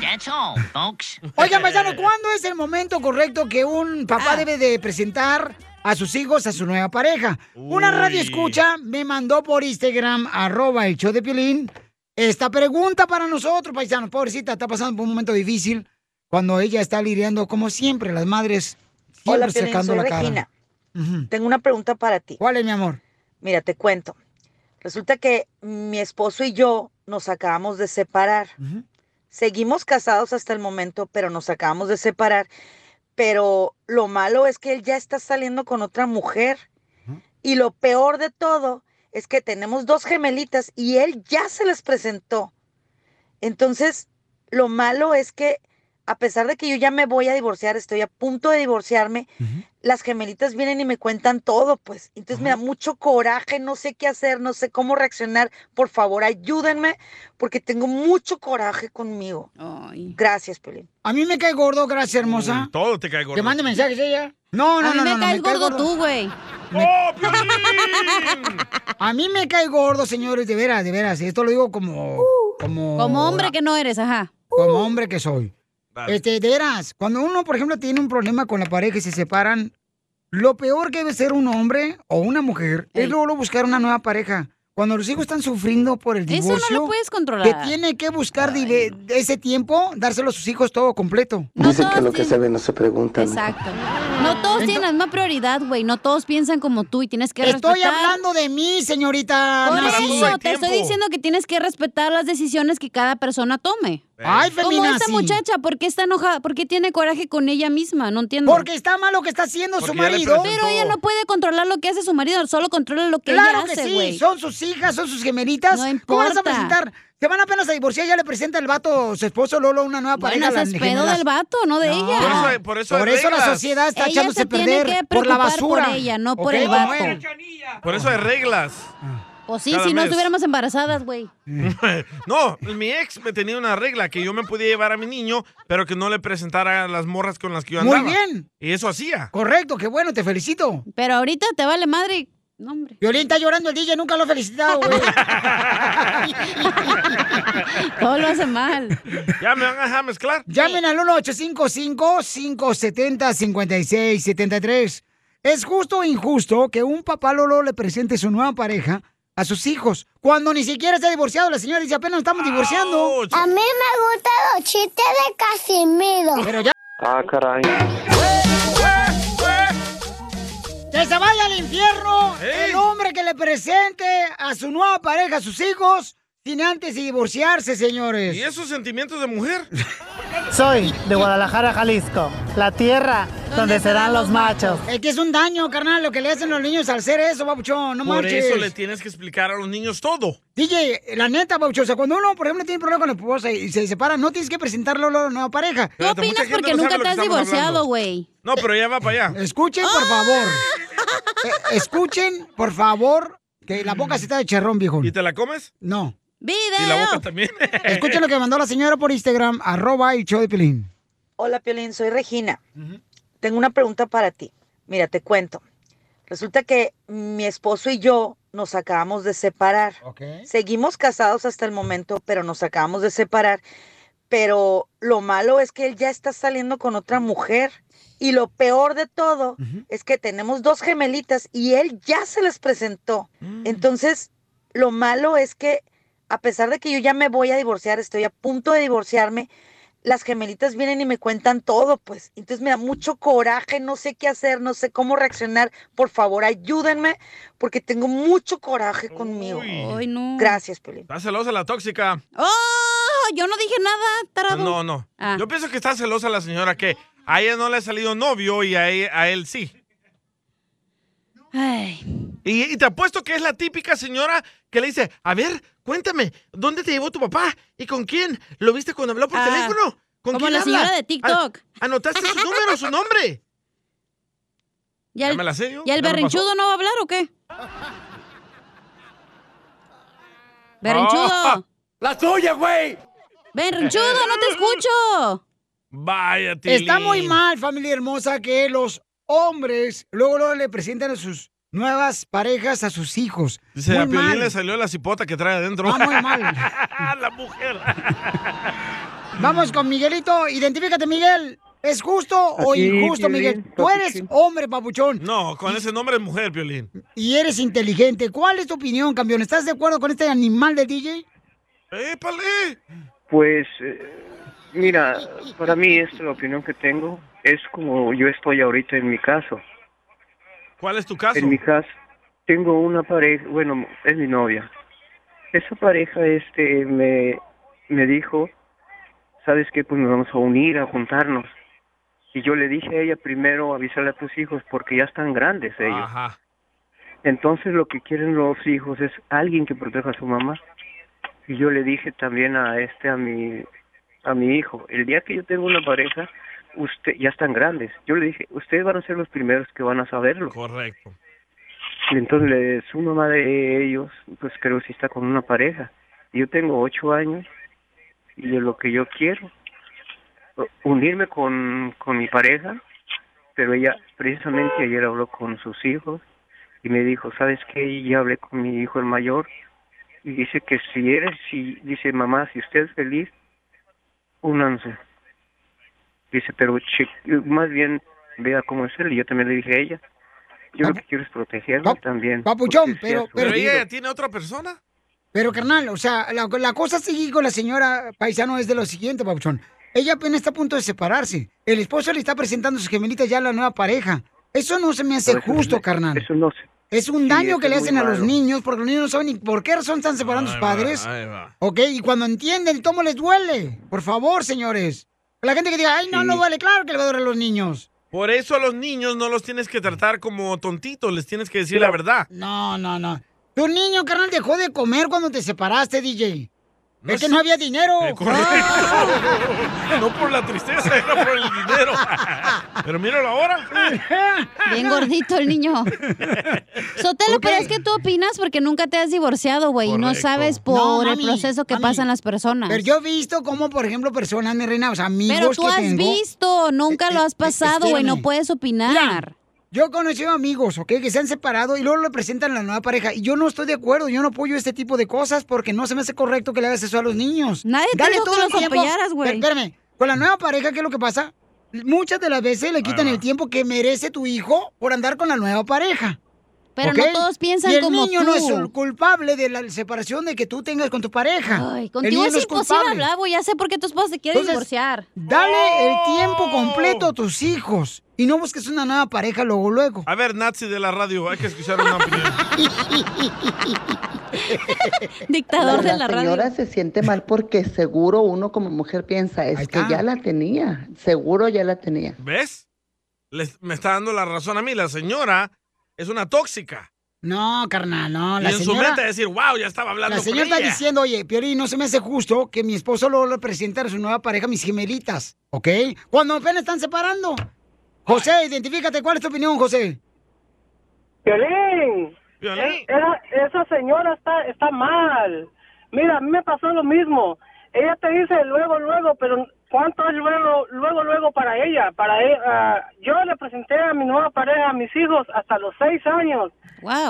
O: That's all, folks.
A: Oigan, paisano, ¿cuándo es el momento correcto que un papá debe de presentar a sus hijos a su nueva pareja? Una
O: Uy.
A: radio escucha me mandó por Instagram, arroba el show de Piolín, esta pregunta para nosotros, paisanos. Pobrecita, está pasando por un momento difícil cuando ella está lidiando, como siempre, las madres siempre
N: Hola, Piolín,
A: sacando
N: soy
A: la
N: Regina.
A: cara.
N: Tengo una pregunta para ti.
A: ¿Cuál es, mi amor?
N: Mira, te cuento. Resulta que mi esposo y yo nos acabamos de separar.
P: Seguimos casados hasta el momento, pero nos acabamos de separar. Pero lo malo es que él ya está saliendo con otra mujer. Y lo peor de todo es que tenemos dos gemelitas y él ya se les presentó. Entonces, lo malo es que a pesar de que yo ya me voy a divorciar, estoy a punto de divorciarme, las gemelitas vienen y me cuentan todo, pues. Entonces me da mucho coraje, no sé qué hacer, no sé cómo reaccionar. Por favor, ayúdenme porque tengo mucho coraje conmigo. Gracias, Pelín.
A: A mí me cae gordo, gracias, hermosa.
C: Mm, Todo te cae gordo.
A: Te mande mensajes ella. No,
B: A
A: no,
B: mí
A: no,
B: me
A: no, no,
B: caes gordo tú,
A: güey.
C: ¡Oh,
A: A mí me cae gordo, señores, de veras, de veras. Esto lo digo como. Como,
B: Uh. Como hombre que no eres, ajá.
A: Como hombre que soy. Este, de veras, cuando uno, por ejemplo, tiene un problema con la pareja y se separan, lo peor que debe ser un hombre o una mujer es luego luego buscar una nueva pareja. Cuando los hijos están sufriendo por el
B: Eso no
A: divorcio...
B: lo puedes controlar.
A: Que tiene que buscar dive- ese tiempo, dárselo a sus hijos todo completo.
Q: Dicen que lo que se ve no se pregunta. mijo.
B: Exacto. No todos tienen la misma prioridad, güey. No todos piensan como tú y tienes que
A: Estoy
B: respetar.
A: hablando de mí, señorita.
B: Por
A: Ana María.
B: eso, te estoy diciendo que tienes que respetar las decisiones que cada persona tome.
A: Ay,
B: Como
A: feminazi.
B: esta muchacha, ¿por qué está enojada? ¿Por qué tiene coraje con ella misma? No entiendo.
A: Porque está mal lo que está haciendo su Porque ya le marido. presentó.
B: Pero ella no puede controlar lo que hace su marido, solo controla lo que
A: Claro
B: ella
A: que
B: hace,
A: sí,
B: güey.
A: son sus hijas, son sus gemelitas.
B: No
A: ¿Cómo las vas a
B: importa.
A: presentar? Se van apenas a divorciar, ya le presenta el vato, su esposo Lolo, una nueva
B: Bueno,
A: pareja.
B: ese es
A: las
B: pedo
A: gemelas.
B: del vato, no de ella. Por eso-
C: por eso hay
A: la
C: reglas.
A: sociedad está
B: Ella
A: echándose
B: se
A: a perder
B: tiene que
A: por la
B: preocupar
A: basura.
B: por ella, no por
A: ¿ok?
B: el vato.
C: Por eso hay reglas.
B: Pues sí,
C: Cada
B: si no
C: mes.
B: estuviéramos embarazadas, güey.
C: no, pues mi ex me tenía una regla que yo me podía llevar a mi niño, pero que no le presentara a las morras con las que yo
A: Muy
C: andaba.
A: bien.
C: Y eso hacía.
A: Correcto, qué bueno, te felicito.
B: Pero ahorita te vale madre. No, hombre.
A: Violín está llorando el DJ, nunca lo he felicitado, güey.
B: Todo lo hace mal.
C: Ya me van a dejar mezclar.
A: Llamen al 1-855-570-5673. ¿Es justo o injusto que un papá Lolo le presente su nueva pareja a sus hijos cuando ni siquiera está divorciado? La señora dice, apenas estamos divorciando.
R: A mí me gustan los chistes de Casimiro.
A: Pero ya...
Q: Ah, caray.
A: ¡Que se vaya al infierno!
Q: ¡Ey!
A: El hombre que le presente a su nueva pareja, a sus hijos, sin antes de divorciarse, señores.
C: ¿Y esos sentimientos de mujer?
H: Soy de Guadalajara, Jalisco, la tierra donde se dan los machos.
A: Es que es un daño, carnal, lo que le hacen los niños al hacer eso, babuchón. No
C: Por
A: marches.
C: eso le tienes que explicar a los niños todo.
A: DJ, la neta, babuchón, o sea, cuando uno, por ejemplo, tiene problema con la esposa y se separa, no tienes que presentarlo a la nueva pareja.
B: ¿Tú opinas porque nunca te has divorciado, güey? ¡Ah!
C: No, pero ya va para allá.
A: Escuchen, por favor. Eh, Escuchen, por favor, que la boca se está de cherrón, viejo. ¿Y
C: te la comes? Eh,
A: No.
C: Y la boca también.
A: Escuchen lo que mandó la señora por Instagram, arroba el show de Pelín.
P: Hola, Piolín, soy Regina. Tengo una pregunta para ti. Mira, te cuento. Resulta que mi esposo y yo nos acabamos de separar. Seguimos casados hasta el momento, pero nos acabamos de separar. Pero lo malo es que él ya está saliendo con otra mujer. Y lo peor de todo es que tenemos dos gemelitas y él ya se les presentó. Entonces, lo malo es que a pesar de que yo ya me voy a divorciar, estoy a punto de divorciarme, las gemelitas vienen y me cuentan todo, pues. Entonces me da mucho coraje, no sé qué hacer, no sé cómo reaccionar. Por favor, ayúdenme porque tengo mucho coraje conmigo.
B: Ay, no.
P: Gracias, Pelín.
C: Está celosa la tóxica.
B: ¡Oh! Yo no dije nada, tarado.
C: No, no. Yo pienso que está celosa la señora que a ella no le ha salido novio y a él, a él sí. Y, y te apuesto que es la típica señora que le dice, a ver, cuéntame, ¿dónde te llevó tu papá? ¿Y con quién? ¿Lo viste cuando habló por
B: Ah,
C: teléfono? ¿Con
B: como
C: quién
B: la
C: habla?
B: señora de TikTok.
C: An- ¿Anotaste su número, su nombre?
B: ¿Y el,
C: me la sé yo,
B: ¿Y el
C: ya me
B: berrinchudo
C: pasó.
B: no va a hablar o qué?
C: Ah,
B: ¡Berrinchudo!
C: ¡La tuya, güey!
B: ¡Berrinchudo, no te escucho!
C: Vaya, tío.
A: Está muy mal, familia hermosa, que los hombres luego, luego le presentan a sus nuevas parejas a sus hijos.
C: Dice, a
A: muy
C: Piolín
A: mal.
C: le salió la cipota que trae adentro.
A: Ah, muy mal.
C: la mujer.
A: Vamos con Miguelito. Identifícate, Miguel. ¿Es justo o
C: Aquí,
A: injusto,
C: Piolín,
A: Miguel? Tú eres hombre, papuchón.
C: No, con ese nombre es mujer, Piolín.
A: Y eres inteligente. ¿Cuál es tu opinión, campeón? ¿Estás de acuerdo con este animal de DJ?
C: ¡Épale!
Q: Pues, eh, mira, para mí esta la opinión que tengo es como yo estoy ahorita en mi caso.
C: ¿Cuál es tu caso?
Q: En mi caso tengo una pareja, bueno, es mi novia. Esa pareja este me, me dijo ¿sabes qué? Pues nos vamos a unir, a juntarnos. Y yo le dije a ella primero avisarle a tus hijos porque ya están grandes ellos.
C: Ajá.
Q: Entonces lo que quieren los hijos es alguien que proteja a su mamá. Y yo le dije también a este a mi a mi hijo, el día que yo tengo una pareja, usted ya están grandes. Yo le dije, ustedes van a ser los primeros que van a saberlo.
C: Correcto.
Q: Y entonces le- su mamá de ellos, pues creo que sí está con una pareja. Y Yo tengo ocho años y es lo que yo quiero, u- unirme con, con mi pareja, pero ella precisamente ayer habló con sus hijos y me dijo, ¿sabes qué? Y ya hablé con mi hijo el mayor y dice que si eres, si, dice mamá, si usted es feliz, únanse. Dice, pero che- más bien vea cómo es él y yo también le dije a ella. Yo lo que quiero es protegerla también.
A: Papuchón,
Q: porque sí
A: pero-
Q: ha
C: ¿Pero
Q: sufrido.
C: ella ya tiene otra persona?
A: Pero, carnal, o sea, la, la cosa seguir con la señora paisano es de lo siguiente, Papuchón. Ella apenas está a punto de separarse. El esposo le está presentando a sus gemelitas ya a la nueva pareja. Eso no se me hace
Q: Pero eso no
A: justo,
Q: sé,
A: carnal.
Q: Eso no sé.
A: Es un daño
Q: eso
A: que le
Q: es
A: hacen
Q: muy
A: a los
Q: malo.
A: niños porque los niños no saben ni por qué razón están separando sus padres.
C: Ahí va.
A: ¿Ok? Y cuando entienden cómo les duele. Por favor, señores. La gente que diga, ay, no,
C: Sí.
A: no duele. Claro que le va a doler a los niños.
C: Por eso a los niños no los tienes que tratar como tontitos, les tienes que decir la verdad.
A: No, no, no. Tu niño, carnal, dejó de comer cuando te separaste, DJ. es que no había dinero. Ah.
C: No por la tristeza, era por el dinero. Pero míralo ahora.
B: Bien gordito el niño. Sotelo, pero es que tú opinas porque nunca te has divorciado, güey, y no
A: Correcto.
B: sabes por
A: No,
B: el
A: mami,
B: proceso que
A: mami.
B: pasan las personas.
A: Pero yo he visto cómo, por ejemplo, personas, mi reina, o sea, amigos
B: Pero tú
A: que
B: has
A: tengo-
B: visto, nunca lo has pasado, güey, no
A: espérame.
B: puedes opinar.
A: Mira, yo he conocido amigos, ¿ok? Que se han separado y luego le presentan a la nueva pareja. Y yo no estoy de acuerdo, yo no apoyo este tipo de cosas porque no se me hace correcto que le hagas eso a los niños. Nadie
B: te dijo que los apoyaras, güey.
A: Espérame, con la nueva pareja, ¿qué es lo que pasa? Muchas de las veces le quitan el tiempo que merece tu hijo por andar con la nueva pareja.
B: Pero
A: ¿ok?
B: no todos piensan
A: y el
B: como
A: niño
B: tú.
A: no es el culpable de la separación de que tú tengas con tu pareja.
B: Ay,
A: El
B: contigo
A: niño
B: es
A: no
B: imposible
A: culpable.
B: hablar, güey. Ya sé por qué tu esposo te quiere
A: Entonces,
B: divorciar.
A: Dale el tiempo completo a tus hijos y no busques una nueva pareja luego, luego.
C: A ver, Nazi de la radio, hay que escuchar una opinión.
B: Dictador
S: Pero
B: de la radio.
S: señora se siente mal porque seguro uno como mujer piensa, es que ya la tenía, seguro ya la tenía.
C: ¿Ves? Les- me está dando la razón a mí. La señora es una tóxica.
A: No, carnal, no.
C: y
A: La
C: en su
A: señora,
C: mente decir, wow, ya estaba hablando
A: la señora
C: con
A: está
C: ella.
A: diciendo, oye, Piori, no se me hace justo que mi esposo luego le presente a su nueva pareja mis gemelitas, ¿ok? Cuando apenas están separando. José, identifícate, ¿cuál es tu opinión, José?
T: Piolín, es- esa, esa señora está, está mal. Mira, a mí me pasó lo mismo. Ella te dice luego, luego, pero ¿cuánto es luego, luego, luego para ella? Para e- ah, Yo le presenté a mi nueva pareja, a mis hijos, hasta los seis años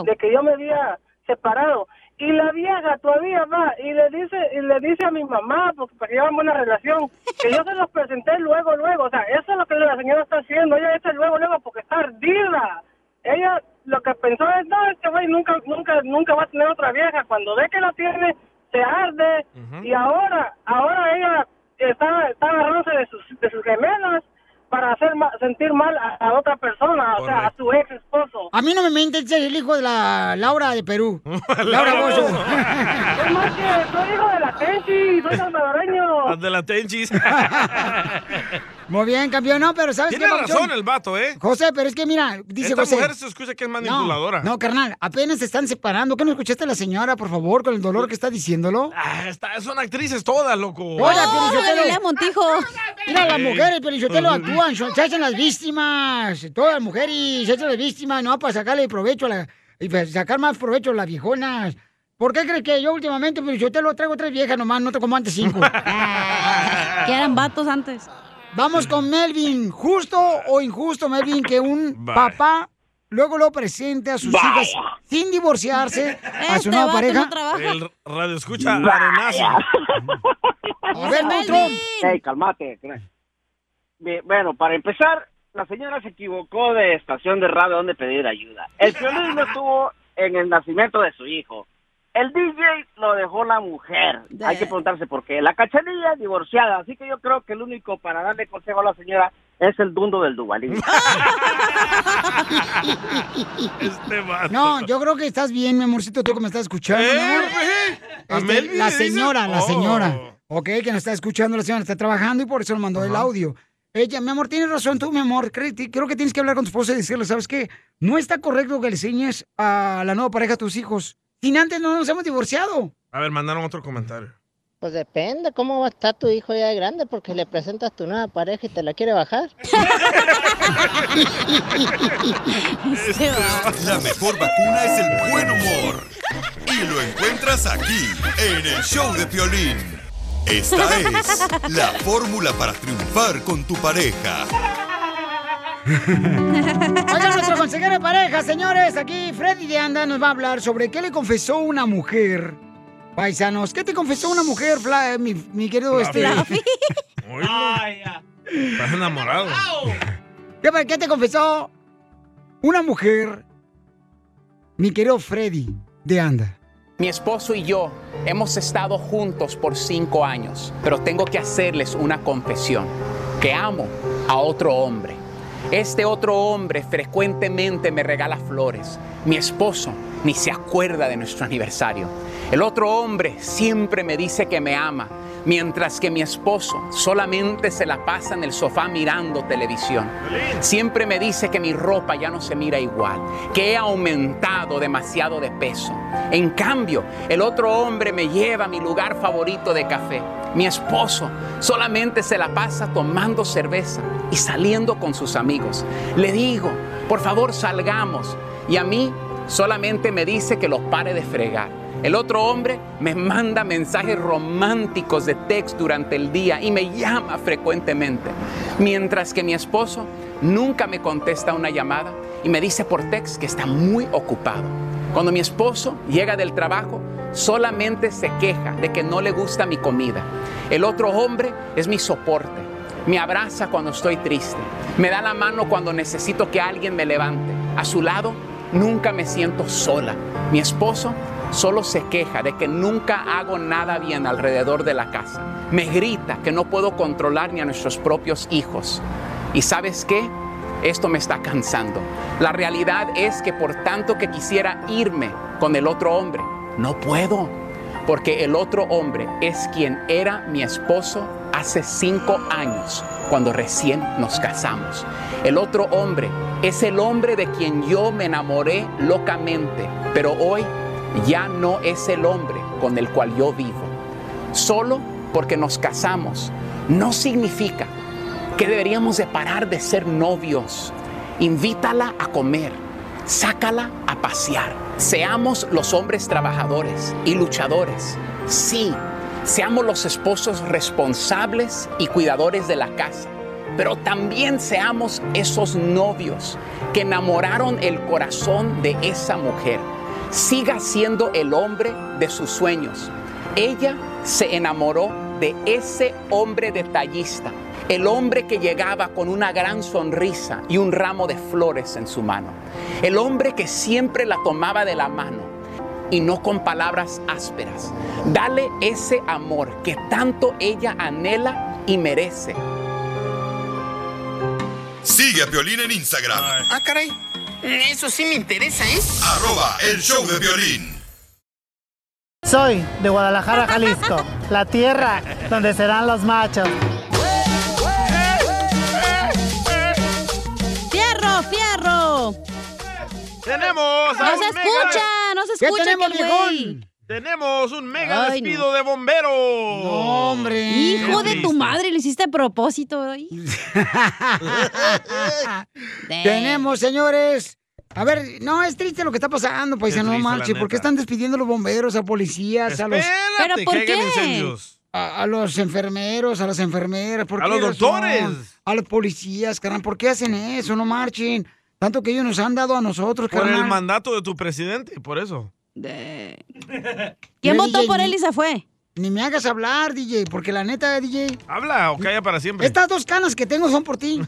T: de que yo me había separado. Y la vieja todavía va y le dice y le dice a mi mamá, porque para que llevamos una relación, que yo se los presenté luego, luego. O sea, eso es lo que la señora está haciendo. Ella dice luego, luego, porque está ardida ella lo que pensó es no este güey nunca nunca nunca va a tener otra vieja cuando ve que la tiene se arde y ahora ahora ella está está agarrándose de sus de sus gemelas para hacer ma- sentir mal a, a otra persona o sea a su ex esposo
A: A mí no me mientes, es el hijo de la Laura de Perú. Laura Bozo.
T: es más que soy hijo de la Tenchi soy salvadoreño
C: Las de la Tenchis.
A: Muy bien, campeón, no, pero ¿sabes
C: Tiene
A: qué,
C: razón
A: Papuchón?
C: el vato, ¿eh?
A: José, pero es que mira, dice
C: Esta
A: José.
C: mujer se escucha que es manipuladora.
A: No, no, carnal, apenas se están separando. ¿Qué no escuchaste a la señora, por favor, con el dolor que está diciéndolo?
C: Ah, está- son actrices todas, loco.
A: Hola, Pielichotelo.
B: Galilea Montijo.
A: Mira, las mujeres, Pielichotelo, actúan, son- se hacen las víctimas. Todas las mujeres se hacen las víctimas, no, para sacarle provecho a la... Y para sacar más provecho a las viejonas. ¿Por qué crees que yo últimamente, Pielichotelo, traigo tres viejas nomás, no te como antes cinco? que
B: eran vatos antes.
A: Vamos con Melvin. ¿Justo o injusto, Melvin, que un
B: Vaya.
A: papá luego lo presente a sus
C: Vaya.
A: hijas sin divorciarse a
B: Este
A: su nueva pareja?
C: El radio escucha
A: Vaya.
C: arenazo.
A: A ver, Trump.
U: Ey, calmate. Bien, Bueno, para empezar, la señora se equivocó de estación de radio donde pedir ayuda. El violín no estuvo en el nacimiento de su hijo. El DJ lo dejó la mujer. Hay que preguntarse por qué. La cachanilla es divorciada, así que yo creo que el único para darle consejo a la señora es el dundo del Dubalín.
I: Este vato.
A: No, yo creo Este,
C: ¿Eh?
A: que estás bien, mi amorcito, tú que me estás escuchando. mi amor.
I: ¿Eh?
C: Oh.
A: Este, la Este, señora, la señora. ok, que nos está escuchando, la señora está trabajando y por eso nos mandó el audio. Ella, mi amor, tienes razón tú, mi amor. Cre- ti- Creo que tienes que hablar con tu esposa y decirle, ¿sabes qué? No está correcto que le enseñes a la nueva pareja a tus hijos. Sin antes no nos hemos divorciado.
C: A ver, mandaron otro comentario.
E: Pues depende cómo va a estar tu hijo ya de grande, porque le presentas tu nueva pareja y te la quiere bajar.
G: La mejor vacuna es el buen humor. Y lo encuentras aquí, en el show de Piolín. Esta es la fórmula para triunfar con tu pareja.
A: Oiga, nuestro consejero de pareja, señores, aquí Freddy de Anda nos va a hablar sobre qué le confesó una mujer. Paisanos, ¿qué te confesó una mujer, Fla- eh, mi, mi querido este?
C: Flavi. Estás enamorado.
A: ¿Qué, pa- qué te confesó una mujer, mi querido Freddy de Anda?
F: Mi esposo y yo hemos estado juntos por cinco años, pero tengo que hacerles una confesión, que amo a otro hombre. Este otro hombre frecuentemente me regala flores. Mi esposo ni se acuerda de nuestro aniversario. El otro hombre siempre me dice que me ama, mientras que mi esposo solamente se la pasa en el sofá mirando televisión. Siempre me dice que mi ropa ya no se mira igual, que he aumentado demasiado de peso. En cambio, el otro hombre me lleva a mi lugar favorito de café. Mi esposo solamente se la pasa tomando cerveza y saliendo con sus amigos. Le digo, por favor salgamos. Y a mí solamente me dice que los pare de fregar. El otro hombre me manda mensajes románticos de text durante el día y me llama frecuentemente. Mientras que mi esposo nunca me contesta una llamada y me dice por text que está muy ocupado. Cuando mi esposo llega del trabajo, solamente se queja de que no le gusta mi comida. El otro hombre es mi soporte. Me abraza cuando estoy triste. Me da la mano cuando necesito que alguien me levante. A su lado nunca me siento sola. Mi esposo solo se queja de que nunca hago nada bien alrededor de la casa. Me grita que no puedo controlar ni a nuestros propios hijos. ¿Y sabes qué? Esto me está cansando. La realidad es que por tanto que quisiera irme con el otro hombre, no puedo porque el otro hombre es quien era mi esposo hace cinco años, cuando recién nos casamos. El otro hombre es el hombre de quien yo me enamoré locamente, pero hoy ya no es el hombre con el cual yo vivo. Solo porque nos casamos no significa que deberíamos de parar de ser novios. Invítala a comer, sácala a pasear. Seamos los hombres trabajadores y luchadores. Sí, seamos los esposos responsables y cuidadores de la casa. Pero también seamos esos novios que enamoraron el corazón de esa mujer. Siga siendo el hombre de sus sueños. Ella se enamoró de ese hombre detallista, el hombre que llegaba con una gran sonrisa y un ramo de flores en su mano, el hombre que siempre la tomaba de la mano y no con palabras ásperas. Dale ese amor que tanto ella anhela y merece.
G: Sigue a Piolín en Instagram.
V: Ah, caray. Eso sí me interesa, ¿eh?
G: Arroba el show de violín.
W: Soy de Guadalajara, Jalisco, la tierra donde serán los machos.
B: ¡Fierro, fierro!
C: ¡Tenemos! a
B: ¡No
C: un
B: se
C: mega-
B: escucha! ¡No se escucha! aquel güey!
C: Tenemos un mega
B: Ay,
C: despido de bomberos. No,
A: hombre.
B: Hijo de tu madre, lo hiciste a propósito. ay.
A: Tenemos, señores. A ver, no, es triste lo que está pasando, paisa, no
C: triste, la
A: marche. ¿Por qué
C: neta.
A: están despidiendo a los bomberos, a policías, a los.
C: Espérate, ¿Pero por que hagan qué? incendios.
A: A, a los enfermeros, a las enfermeras, ¿por
C: A
A: qué
C: los
A: razón?
C: doctores.
A: A los policías, carnal, ¿por qué hacen eso? No marchen. Tanto que ellos nos han dado a nosotros,
C: Por el
A: carnal.
C: mandato de tu presidente, por eso.
A: Mira,
B: ¿Quién votó
A: DJ,
B: por
A: ni-
B: él y se fue?
A: Ni me hagas hablar, DJ, porque la neta, DJ.
C: Habla o calla para siempre.
A: Estas dos canas que tengo son por ti.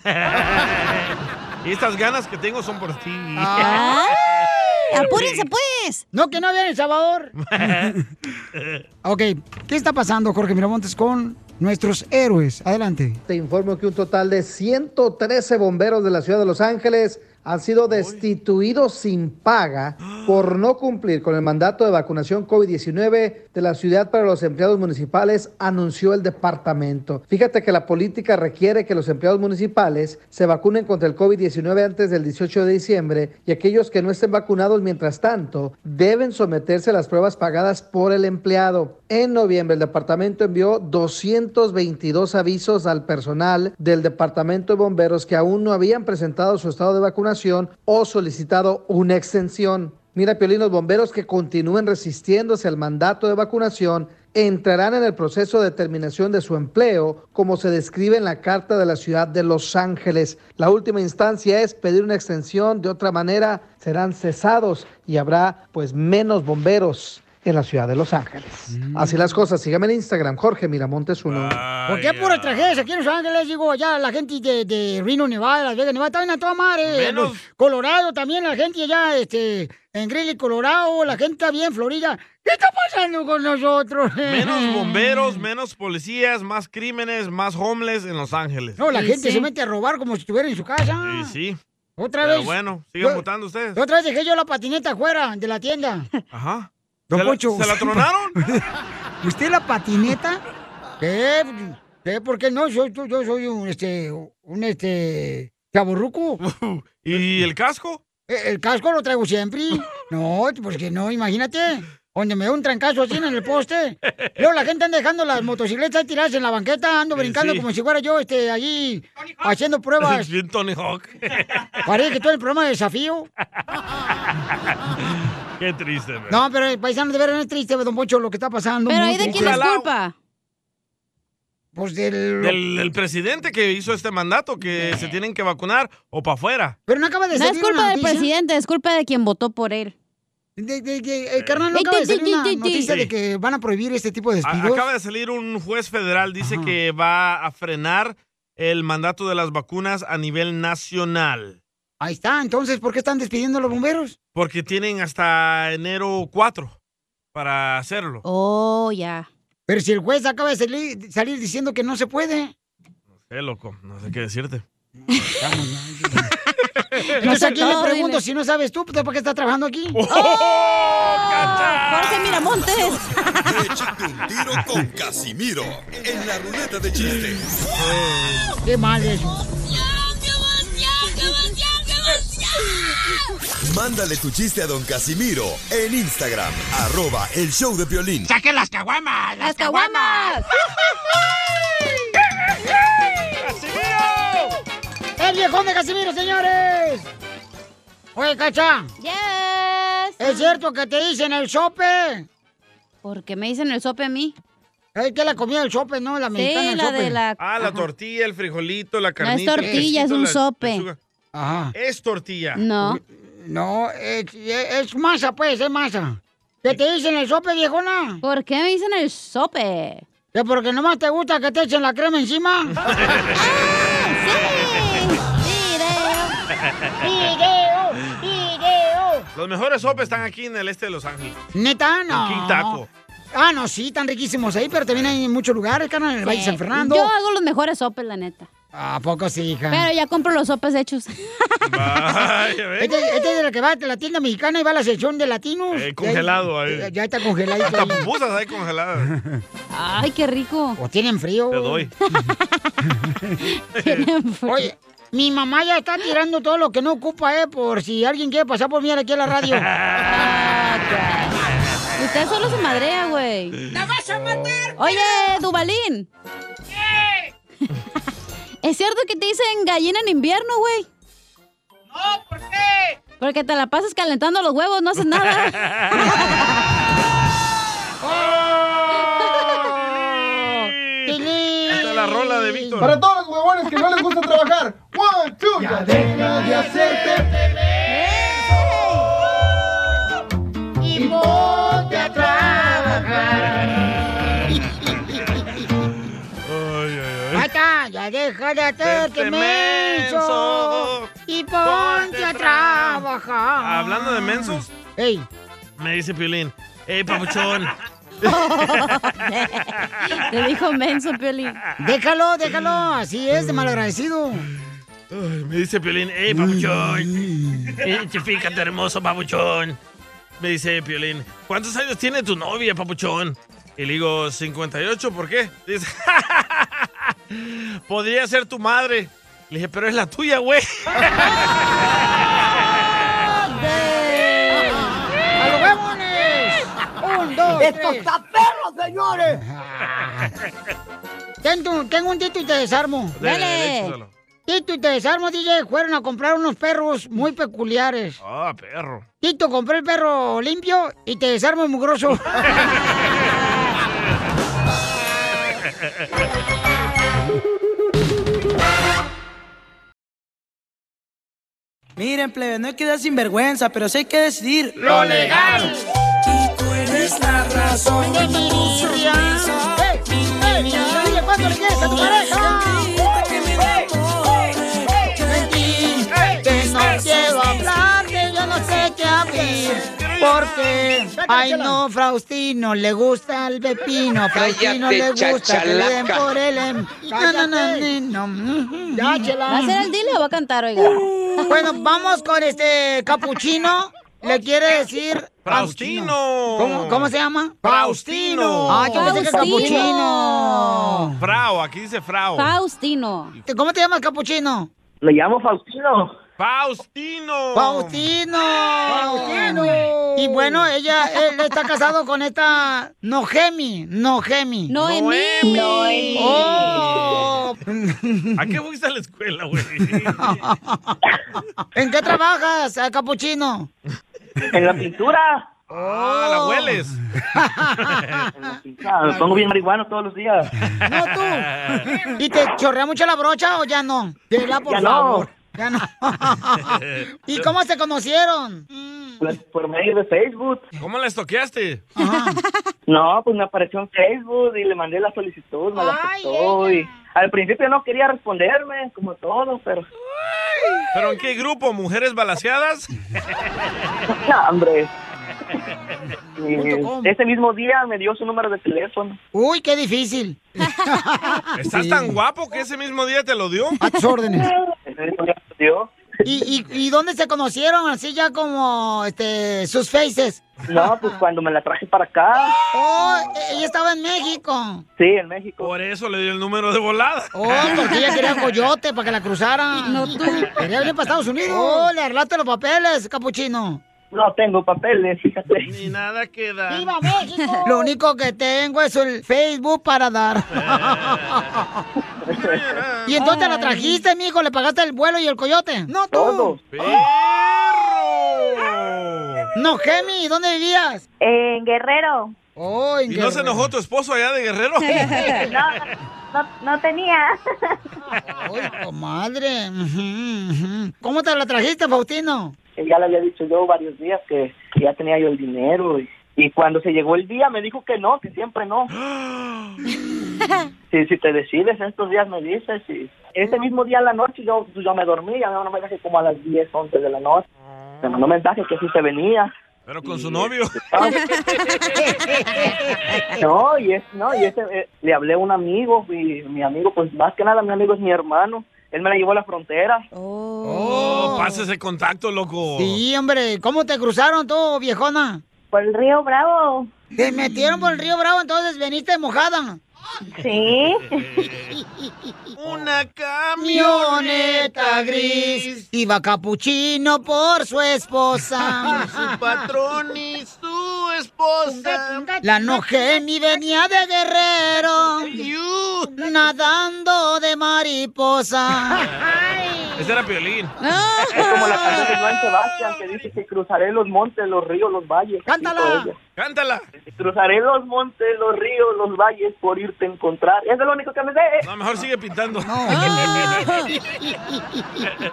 C: Y estas ganas que tengo son por ti.
B: Ah.
A: ¡Apúrense, pues! No, que no había en El Salvador. ok, ¿qué está pasando, Jorge Miramontes, con nuestros héroes? Adelante.
D: Te informo que un total de 113 bomberos de la ciudad de Los Ángeles han sido destituidos sin paga por no cumplir con el mandato de vacunación COVID-19 de la ciudad para los empleados municipales, anunció el departamento. Fíjate que la política requiere que los empleados municipales se vacunen contra el COVID-19 antes del 18 de diciembre y aquellos que no estén vacunados mientras tanto deben someterse a las pruebas pagadas por el empleado. En noviembre el departamento envió 222 avisos al personal del departamento de bomberos que aún no habían presentado su estado de vacunación o solicitado una extensión. Mira, Piolín, los bomberos que continúen resistiéndose al mandato de vacunación entrarán en el proceso de terminación de su empleo, como se describe en la Carta de la Ciudad de Los Ángeles. La última instancia es pedir una extensión, de otra manera serán cesados y habrá pues menos bomberos en la Ciudad de Los Ángeles.
A: Mm.
D: Así las cosas, sígame en Instagram, Jorge Miramontes uno.
A: ¿Por qué puras tragedias aquí en Los Ángeles? Digo, allá la gente de, de Reno, Nevada, Las Vegas, Nevada, también a toda madre.
C: Menos.
A: Los Colorado también, la gente allá, este, en Greeley, Colorado, la gente está bien, Florida. ¿Qué está pasando con nosotros? Mm.
C: Menos bomberos, menos policías, más crímenes, más homeless en Los Ángeles.
A: No, la gente se mete a robar como si estuviera en su casa.
C: Y sí.
A: Otra
C: Pero
A: vez.
C: bueno, sigan
A: Yo-
C: votando ustedes.
A: Otra vez dejé yo la patineta afuera de la tienda.
C: Ajá.
A: Don
C: ¿Se la-
A: Poncho.
C: ¿Se la tronaron?
A: ¿Usted la patineta? ¿Qué? ¿Qué? ¿Por qué no? Yo, yo- yo soy un, este, un, este, chaburruco.
C: ¿Y el casco?
A: Eh, El casco lo traigo siempre. No, porque no, imagínate. Donde me da un trancazo así en el poste. Luego la gente anda dejando las motocicletas tiradas en la banqueta, ando brincando
C: Eh, sí.
A: como si fuera yo, este, allí, haciendo pruebas.
C: Bien Tony Hawk.
A: Parece que todo el programa de desafío.
I: Qué triste, man.
A: No, pero el paisano de veras es triste, don Poncho, lo que está pasando.
B: Pero
A: muy
B: ¿ahí de
A: triste.
B: quién es culpa?
A: Pues del...
C: Del, del presidente que hizo este mandato que se tienen que vacunar o para afuera.
A: Pero no acaba
B: No es culpa del presidente, es culpa de quien votó por él.
A: De, de, de, eh, carnal, no acaba de salir una noticia de que van a prohibir este tipo de
C: A-
A: despidos.
C: acaba de salir un juez federal, dice que va a frenar el mandato de las vacunas a nivel nacional.
A: Ahí está, entonces, ¿por qué están despidiendo a los bomberos?
C: Porque tienen hasta enero 4 para hacerlo.
A: Oh, ya. Pero si el juez acaba de salir, salir diciendo que no se puede.
C: Qué loco, no sé qué decirte.
A: Entonces, ¿a quién le
B: todo,
A: pregunto?
B: dile.
A: Si no sabes tú, Pues, ¿para qué estás trabajando aquí?
C: ¡Oh,
G: ¡Oh,
B: Oh, Jorge Miramontes.
G: Échate un tiro con Casimiro en la ruleta de chistes.
A: ¡Qué mal eso!
G: Mándale tu chiste a don Casimiro en Instagram, arroba el show de violín.
I: ¡Saque las caguamas!
B: ¡Las caguamas!
I: ¡Casimiro!
A: ¡El viejón de Casimiro, señores! Oye, Cacha.
B: Yes.
A: ¿Es cierto que te dicen el sope?
B: ¿Por qué me dicen el sope a mí?
A: Es que la comida del sope, ¿no? La
B: Sí,
A: mexicana, el
B: la
A: sope.
B: de la...
C: Ah, la
B: Ajá.
C: tortilla, el frijolito, la carnita. el
B: tortilla, es
C: quesito,
B: un
C: la
B: sope.
C: lechuga.
A: Ajá.
C: Es tortilla.
B: No.
A: No, es, es masa, pues, es masa. ¿Qué te dicen el sope, viejona?
B: ¿Por qué me dicen el sope?
A: ¿Que porque nomás te gusta que te echen la crema encima? ¡Video! ¡Video!
C: Los mejores sopes están aquí en el este de Los Ángeles.
A: ¿Neta? No.
C: En King Taco.
A: Ah, no, sí, están riquísimos ahí, pero también hay en muchos lugares, carnal, en el Valle de San Fernando.
B: Yo hago los mejores sopes, la neta.
A: ¿A poco sí, hija?
B: Pero ya compro los sopes hechos.
C: Vaya, ¿ves?
A: Este, este es de la que va a la tienda mexicana y va a la sección de latinos.
C: Eh, congelado ahí.
A: Ya, ya está congelado.
C: Hasta
A: ahí.
C: pupusas hay congeladas.
B: Ay, qué rico.
A: O tienen frío.
C: Te doy.
A: Oye, mi mamá ya está tirando todo lo que no ocupa, eh, por si alguien quiere pasar por mí aquí a la radio.
B: Ah, Usted solo se madrea, güey. ¡La vas a matar! Oye, Dubalín. ¿Es cierto que te dicen gallina en invierno, güey? Oh,
I: ¡No, por
A: ¡Eh!
I: qué!
B: Porque te la pasas calentando los huevos, no haces nada.
I: ¡Oh! Esta es la rola de Víctor.
J: Para todos los huevones que no les gusta trabajar. One, two. Ya deja de hacerte
I: Y ponte a trabajar.
A: Ahí está, ya deja de hacerte
C: Vente,
A: menso
C: menso.
A: y ponte a trabajar.
C: Hablando de mensos.
A: Ey.
C: Me dice Piolín. ¡Ey, papuchón!
B: Te dijo menso, Piolín.
A: Déjalo, déjalo, así es, de malagradecido.
C: Ay, me dice Piolín, "Eh, hey, papuchón. Identifícate, hermoso papuchón. Me dice Piolín, ¿cuántos años tiene tu novia, papuchón? Y le digo, 58, ¿por qué? Dice, podría ser tu madre. Le dije, pero es la tuya, güey.
I: ¡A
A: los huevones! ¡Un, dos,
I: ¡Esto
A: tres!
I: está perro, señores!
A: Tengo, tengo un tito y te desarmo.
I: Dale, dale, chútalo.
A: Tito y te desarmo, DJ. Fueron a comprar unos perros muy peculiares.
C: Ah, perro.
A: Tito, compré el perro limpio y te desarmo el mugroso.
K: Miren, plebe, no hay que dar sinvergüenza, pero sí hay que decidir
I: Lo legal.
K: Y tú eres la razón.
I: Dile cuánto le quieres a tu pareja.
A: Que no quiero hablar, que yo no sé qué abrir. Porque, ay no, Faustino, le gusta el pepino. Faustino le
I: Cállate,
A: gusta que le den
I: chachalaca.
A: por el... em- No, no, no, no, no. Ya, chela.
B: ¿Va a ser el dile o va a cantar, oiga?
A: Bueno, vamos con este capuchino. Le quiere decir...
C: Faustino.
A: ¿Cómo, cómo se llama?
C: Faustino.
A: Ah, yo pensé que
B: Faustino.
A: capuchino.
C: Frao, aquí dice Frao.
A: Faustino. ¿Cómo te llamas, capuchino?
U: Le llamo Faustino.
C: Faustino.
A: Faustino. Faustino. Y bueno, ella él está casado con esta Nogemi, Nogemi.
B: Noemí. Noemí.
A: Oh.
C: ¿A qué fuiste a la escuela, güey?
A: ¿En qué trabajas, eh, capuchino?
U: En la pintura.
C: Ah, la hueles.
U: Ah, me pongo bien marihuano todos los días.
A: No tú. ¿Y te chorrea mucho la brocha o ya no? Chela, por
U: Ya no.
A: favor. Ya no. ¿Y cómo se conocieron?
U: Por- Por medio de Facebook.
C: ¿Cómo la estoqueaste?
U: No, pues me apareció en Facebook y le mandé la solicitud, me la aceptó. Y al principio no quería responderme, como todo, pero...
C: ¿Pero en qué grupo? ¿Mujeres balaseadas?
U: No, hombre. Y ese mismo día me dio su número de teléfono.
A: Uy, qué difícil.
C: ¿Estás
A: Sí.
C: tan guapo que ese mismo día te lo dio?
A: A tus órdenes.
U: Ese mismo día me dio.
A: ¿Y, y, y dónde se conocieron? Así ya como este, sus faces.
U: No, pues cuando me la traje para acá.
A: Oh, ella estaba en México.
U: Sí, en México.
C: Por eso le dio el número de volada.
A: Oh, porque ella quería coyote para que la cruzaran. No tú. Quería venir para Estados Unidos. Oh, le arreglaste los papeles, capuchino.
U: No tengo papeles, fíjate.
C: Ni nada queda.
A: ¡Viva México! Lo único que tengo es el Facebook para dar. y entonces la trajiste, mijo, le pagaste el vuelo y el coyote. No tú. No, Gemi, ¿dónde vivías?
L: En Guerrero.
A: Oh, en
C: ¿Y no se enojó tu esposo allá de Guerrero?
L: No, no tenía.
A: madre. ¿Cómo te la trajiste, Faustino?
U: Ya le había dicho yo varios días que que ya tenía yo el dinero. Y, y cuando se llegó el día me dijo que no, que siempre no. Sí, si te decides, estos días me dices. Y ese mismo día en la noche yo, pues, yo me dormí, ya me mandó mensaje como a las 10, 11 de la noche. Me mandó mensaje que sí se venía.
C: Pero con su novio.
U: No, y, es, no, y ese, eh, le hablé a un amigo y mi amigo, pues más que nada mi amigo es mi hermano. Él me la llevó a la frontera.
C: Oh, pasa ese contacto, loco.
A: Sí, hombre, ¿cómo te cruzaron tú, viejona? Por el río Bravo. ¿Te metieron por el río Bravo, entonces veniste mojada? Sí.
C: Una
A: camioneta gris iba capuchino por su esposa.
I: Su patrón y su esposa.
A: La Nogemi venía de guerrero, nadando de mariposa.
C: Ese era Piolín.
U: Es como la canción de Joan Sebastián que dice que cruzaré los montes, los ríos, los valles.
A: ¡Cántala!
C: ¡Cántala!
U: Cruzaré los montes, los ríos, los valles por irte a encontrar. Es lo único que me sé.
C: No, mejor sigue pintando.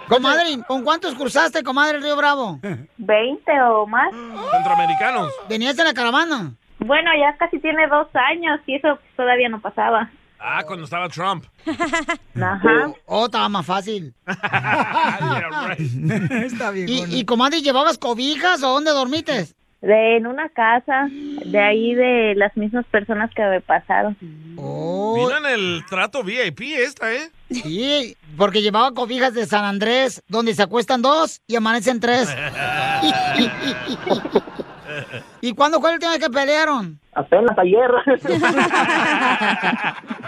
A: Comadre, ¿con cuántos cruzaste, comadre, el Río Bravo? Veinte o más.
C: Centroamericanos.
A: ¿Venías en la caravana?
L: Bueno, ya casi tiene dos años y eso todavía no pasaba.
C: Ah, cuando estaba Trump.
A: Ajá. Oh, estaba más fácil.
C: Yeah, right.
A: Está bien. ¿Y, y comadre, llevabas cobijas o dónde dormites?
L: De, en una casa, de ahí de las mismas personas que me pasaron.
A: Oh.
C: Vino en el trato VIP esta, ¿eh?
A: Sí, porque llevaba cobijas de San Andrés, donde se acuestan dos y amanecen tres. ¿Y cuándo fue el tema que pelearon?
U: Apenas ayer.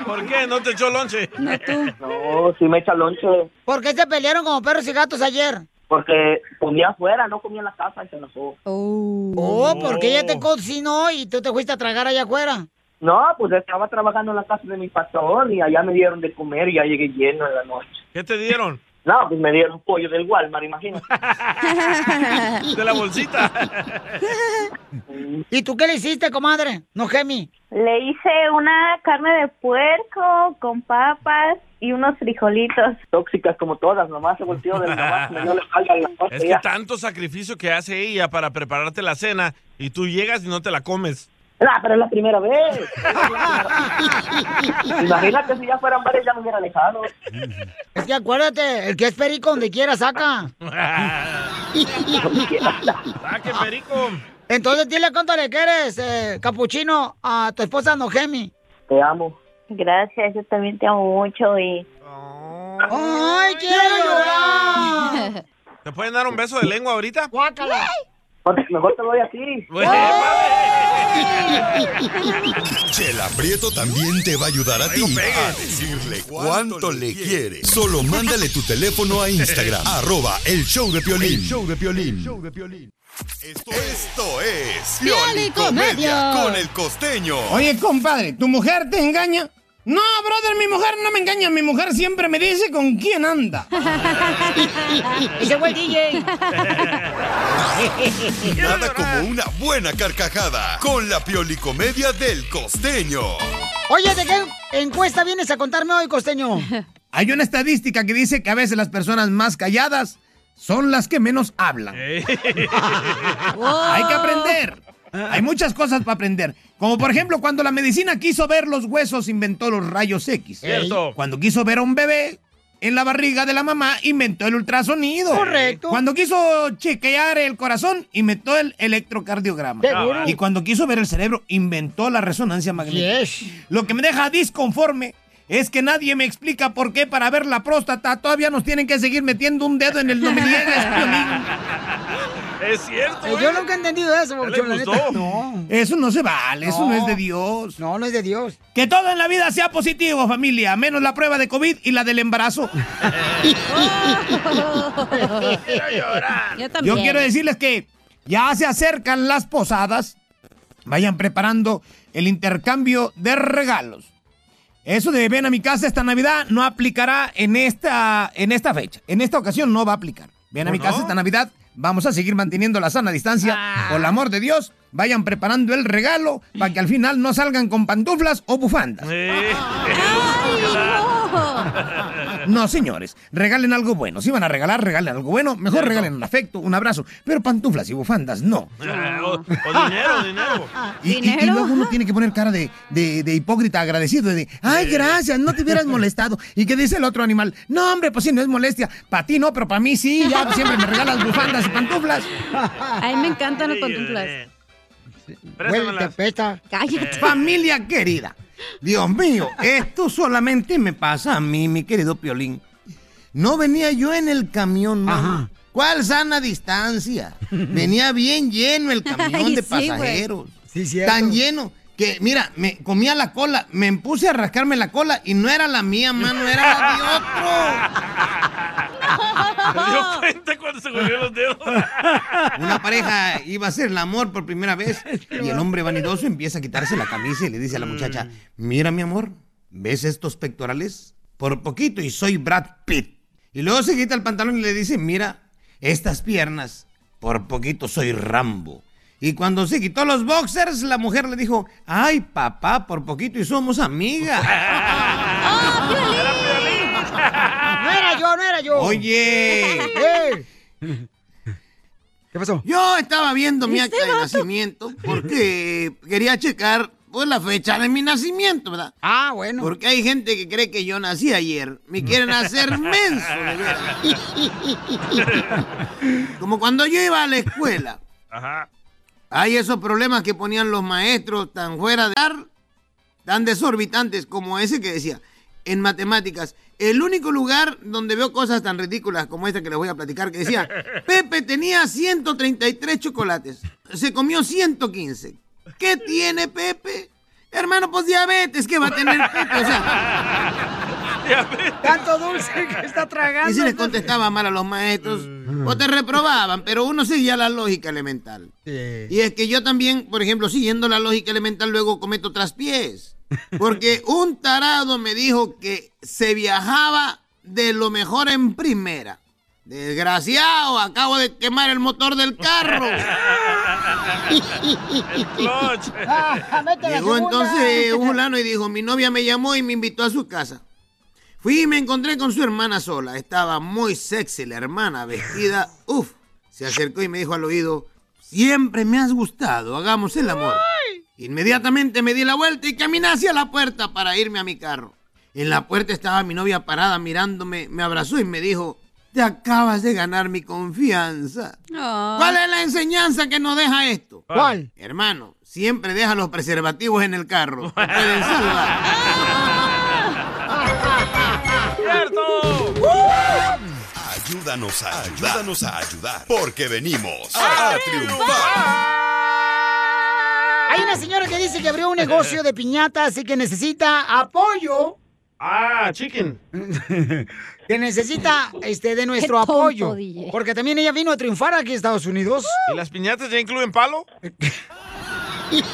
C: ¿Por qué? ¿No te echó lonche?
A: No, tú.
U: No, si me echa lonche.
A: ¿Por qué se pelearon como perros y gatos ayer?
U: Porque comía afuera, no comía en la casa y se enojó.
A: Oh, porque ella te cocinó y tú te fuiste a tragar allá afuera.
U: No, pues estaba trabajando en la casa de mi pastor y allá me dieron de comer y ya llegué lleno en la noche.
C: ¿Qué te dieron?
U: No, pues me dieron pollo del Walmart, imagínate.
C: De la bolsita.
A: ¿Y tú qué le hiciste, comadre? No, Gemi.
L: Le hice una carne de puerco con papas y unos frijolitos.
U: Tóxicas como todas, nomás se volteó del nomás me dio la espalda y la cosa
C: Es que
U: ya.
C: tanto sacrificio que hace ella para prepararte la cena y tú llegas y no te la comes.
U: No, Ah, pero es la primera vez. Imagínate si ya fueran varias, ya me hubiera alejado.
A: Es que acuérdate, el que es perico donde quiera saca.
C: ¡Qué perico!
A: Ah. Entonces dile cuánto le quieres, eh, capuchino, a tu esposa Nojemi.
U: Te amo.
L: Gracias, yo también te amo mucho y...
A: ¡Ay, quiero llorar!
C: ¿Te pueden dar un beso de lengua ahorita?
A: ¡Guácala!
U: Mejor te doy así.
G: Chela Prieto también te va a ayudar a ti a decirle cuánto le quiere. Solo mándale tu teléfono a Instagram, arroba el show de Piolín.
H: El
G: show de Esto es Pioli
H: Comedia.
G: Comedia con el costeño.
H: Oye, compadre, ¿tu mujer te engaña? No, brother, mi mujer no me engaña. Mi mujer siempre me dice con quién anda.
A: Ese fue el DJ.
G: Nada como una buena carcajada con la Pioli Comedia del costeño.
A: Oye, ¿de qué encuesta vienes a contarme hoy, costeño?
H: Hay una estadística que dice que a veces las personas más calladas son las que menos hablan. Hay que aprender. Hay muchas cosas para aprender. Como por ejemplo, cuando la medicina quiso ver los huesos, inventó los rayos X.
C: Cierto.
H: Cuando quiso ver a un bebé en la barriga de la mamá, inventó el ultrasonido. Correcto. Cuando quiso chequear el corazón, inventó el electrocardiograma.
A: Seguro.
H: Y cuando quiso ver el cerebro, inventó la resonancia magnética. Lo que me deja disconforme es que nadie me explica por qué para ver la próstata todavía nos tienen que seguir metiendo un dedo en el nominal.
C: Es cierto.
A: Eh, Yo nunca he entendido eso, Papuchón, la
H: gustó?
A: neta. No.
H: Eso no se vale, eso no
A: No.
H: es de Dios.
A: No, no es de Dios.
H: Que todo en la vida sea positivo, familia, menos la prueba de COVID y la del embarazo.
B: Yo
H: Yo
B: también.
H: quiero decirles que ya se acercan las posadas. Vayan preparando el intercambio de regalos. Eso de ven a mi casa esta Navidad no aplicará en esta, en esta fecha. En esta ocasión no va a aplicar. Ven a
X: ¿O
H: mi casa
X: no?
H: esta Navidad. Vamos a seguir manteniendo la sana distancia.
B: Ah.
H: Por el amor de Dios, vayan preparando el regalo para que al final no salgan con pantuflas o bufandas. No, señores, regalen algo bueno. Si van a regalar, regalen algo bueno. Mejor regalen un afecto, un abrazo. Pero pantuflas y bufandas, no.
C: Eh, o, o dinero, dinero.
H: Y, y- y luego uno tiene que poner cara de, de- de hipócrita agradecido, de, ay, gracias, no te hubieras molestado. ¿Y qué dice el otro animal? No, hombre, pues sí, no es molestia. Para ti no, pero para mí sí, ya siempre me regalas bufandas y pantuflas.
B: A mí me encantan los pantuflas.
H: Vuelta,
A: peta.
B: Cállate.
H: Familia querida, Dios mío, esto solamente me pasa a mí, mi querido Piolín. No venía yo en el camión, mano. ¿Cuál sana distancia? Venía bien lleno el camión
X: Ay,
H: de
X: sí, güey.
H: pasajeros.
A: Sí,
H: Tan lleno que, mira, me comía la cola, me puse a rascarme la cola y no era la mía, mano, era la de
C: Me dio cuenta cuando se volvió los dedos.
H: Una pareja iba a hacer el amor por primera vez y el hombre vanidoso empieza a quitarse la camisa y le dice a la
C: Mm.
H: muchacha, mira mi amor, ¿ves estos pectorales? Por poquito y soy Brad Pitt. Y luego se quita el pantalón y le dice, mira, estas piernas, por poquito soy Rambo. Y cuando se quitó los boxers, la mujer le dijo, ay papá, por poquito y somos amigas.
L: Ah,
A: No era yo, no era yo.
H: Oye.
A: ¿Qué pasó?
H: Yo estaba viendo mi
A: Este
H: acta de
A: vato.
H: nacimiento porque quería checar pues la fecha de mi nacimiento, ¿verdad?
A: Ah, bueno.
H: Porque hay gente que cree que yo nací ayer. Me quieren hacer menso, de veras. Como cuando yo iba a la escuela.
C: Ajá.
H: Hay esos problemas que ponían los maestros tan fuera de ar, tan desorbitantes como ese que decía en matemáticas. El único lugar donde veo cosas tan ridículas como esta que les voy a platicar, que decía, Pepe tenía 133 chocolates, se comió 115. ¿Qué tiene Pepe? Hermano, pues diabetes, ¿qué va a tener Pepe? O sea...
A: Tanto dulce que está tragando.
H: Y se les contestaba mal a los maestros,
A: Mm. Pues
H: o te reprobaban, pero uno seguía la lógica elemental. Y es que yo también, por ejemplo, siguiendo la lógica elemental, luego cometo traspiés. Porque un tarado me dijo que se viajaba de lo mejor en primera. Desgraciado, acabo de quemar el motor del carro. Llegó entonces eh, un fulano y dijo, mi novia me llamó y me invitó a su casa. Fui y me encontré con su hermana sola. Estaba muy sexy la hermana, vestida. Uf, se acercó y me dijo al oído, siempre me has gustado, hagamos el amor. Inmediatamente me di la vuelta y caminé hacia la puerta para irme a mi carro. En la puerta estaba mi novia parada mirándome, me abrazó y me dijo, te acabas de ganar mi confianza. ¿Cuál es la enseñanza que nos deja esto?
A: ¿Cuál?
H: Hermano, siempre deja los preservativos en el carro. Te pueden salvar.
C: ¡Cierto!
G: Ayúdanos a ayudar. Ayúdanos a ayudar. Porque venimos a, triunfar.
A: Hay una señora que dice que abrió un negocio de piñatas y que necesita apoyo.
C: Ah, chicken.
A: que necesita este de nuestro
C: Qué tonto,
A: apoyo.
C: DJ.
A: Porque también ella vino a triunfar aquí en Estados Unidos.
C: ¿Y las piñatas ya incluyen palo?
A: ¿Por
C: qué?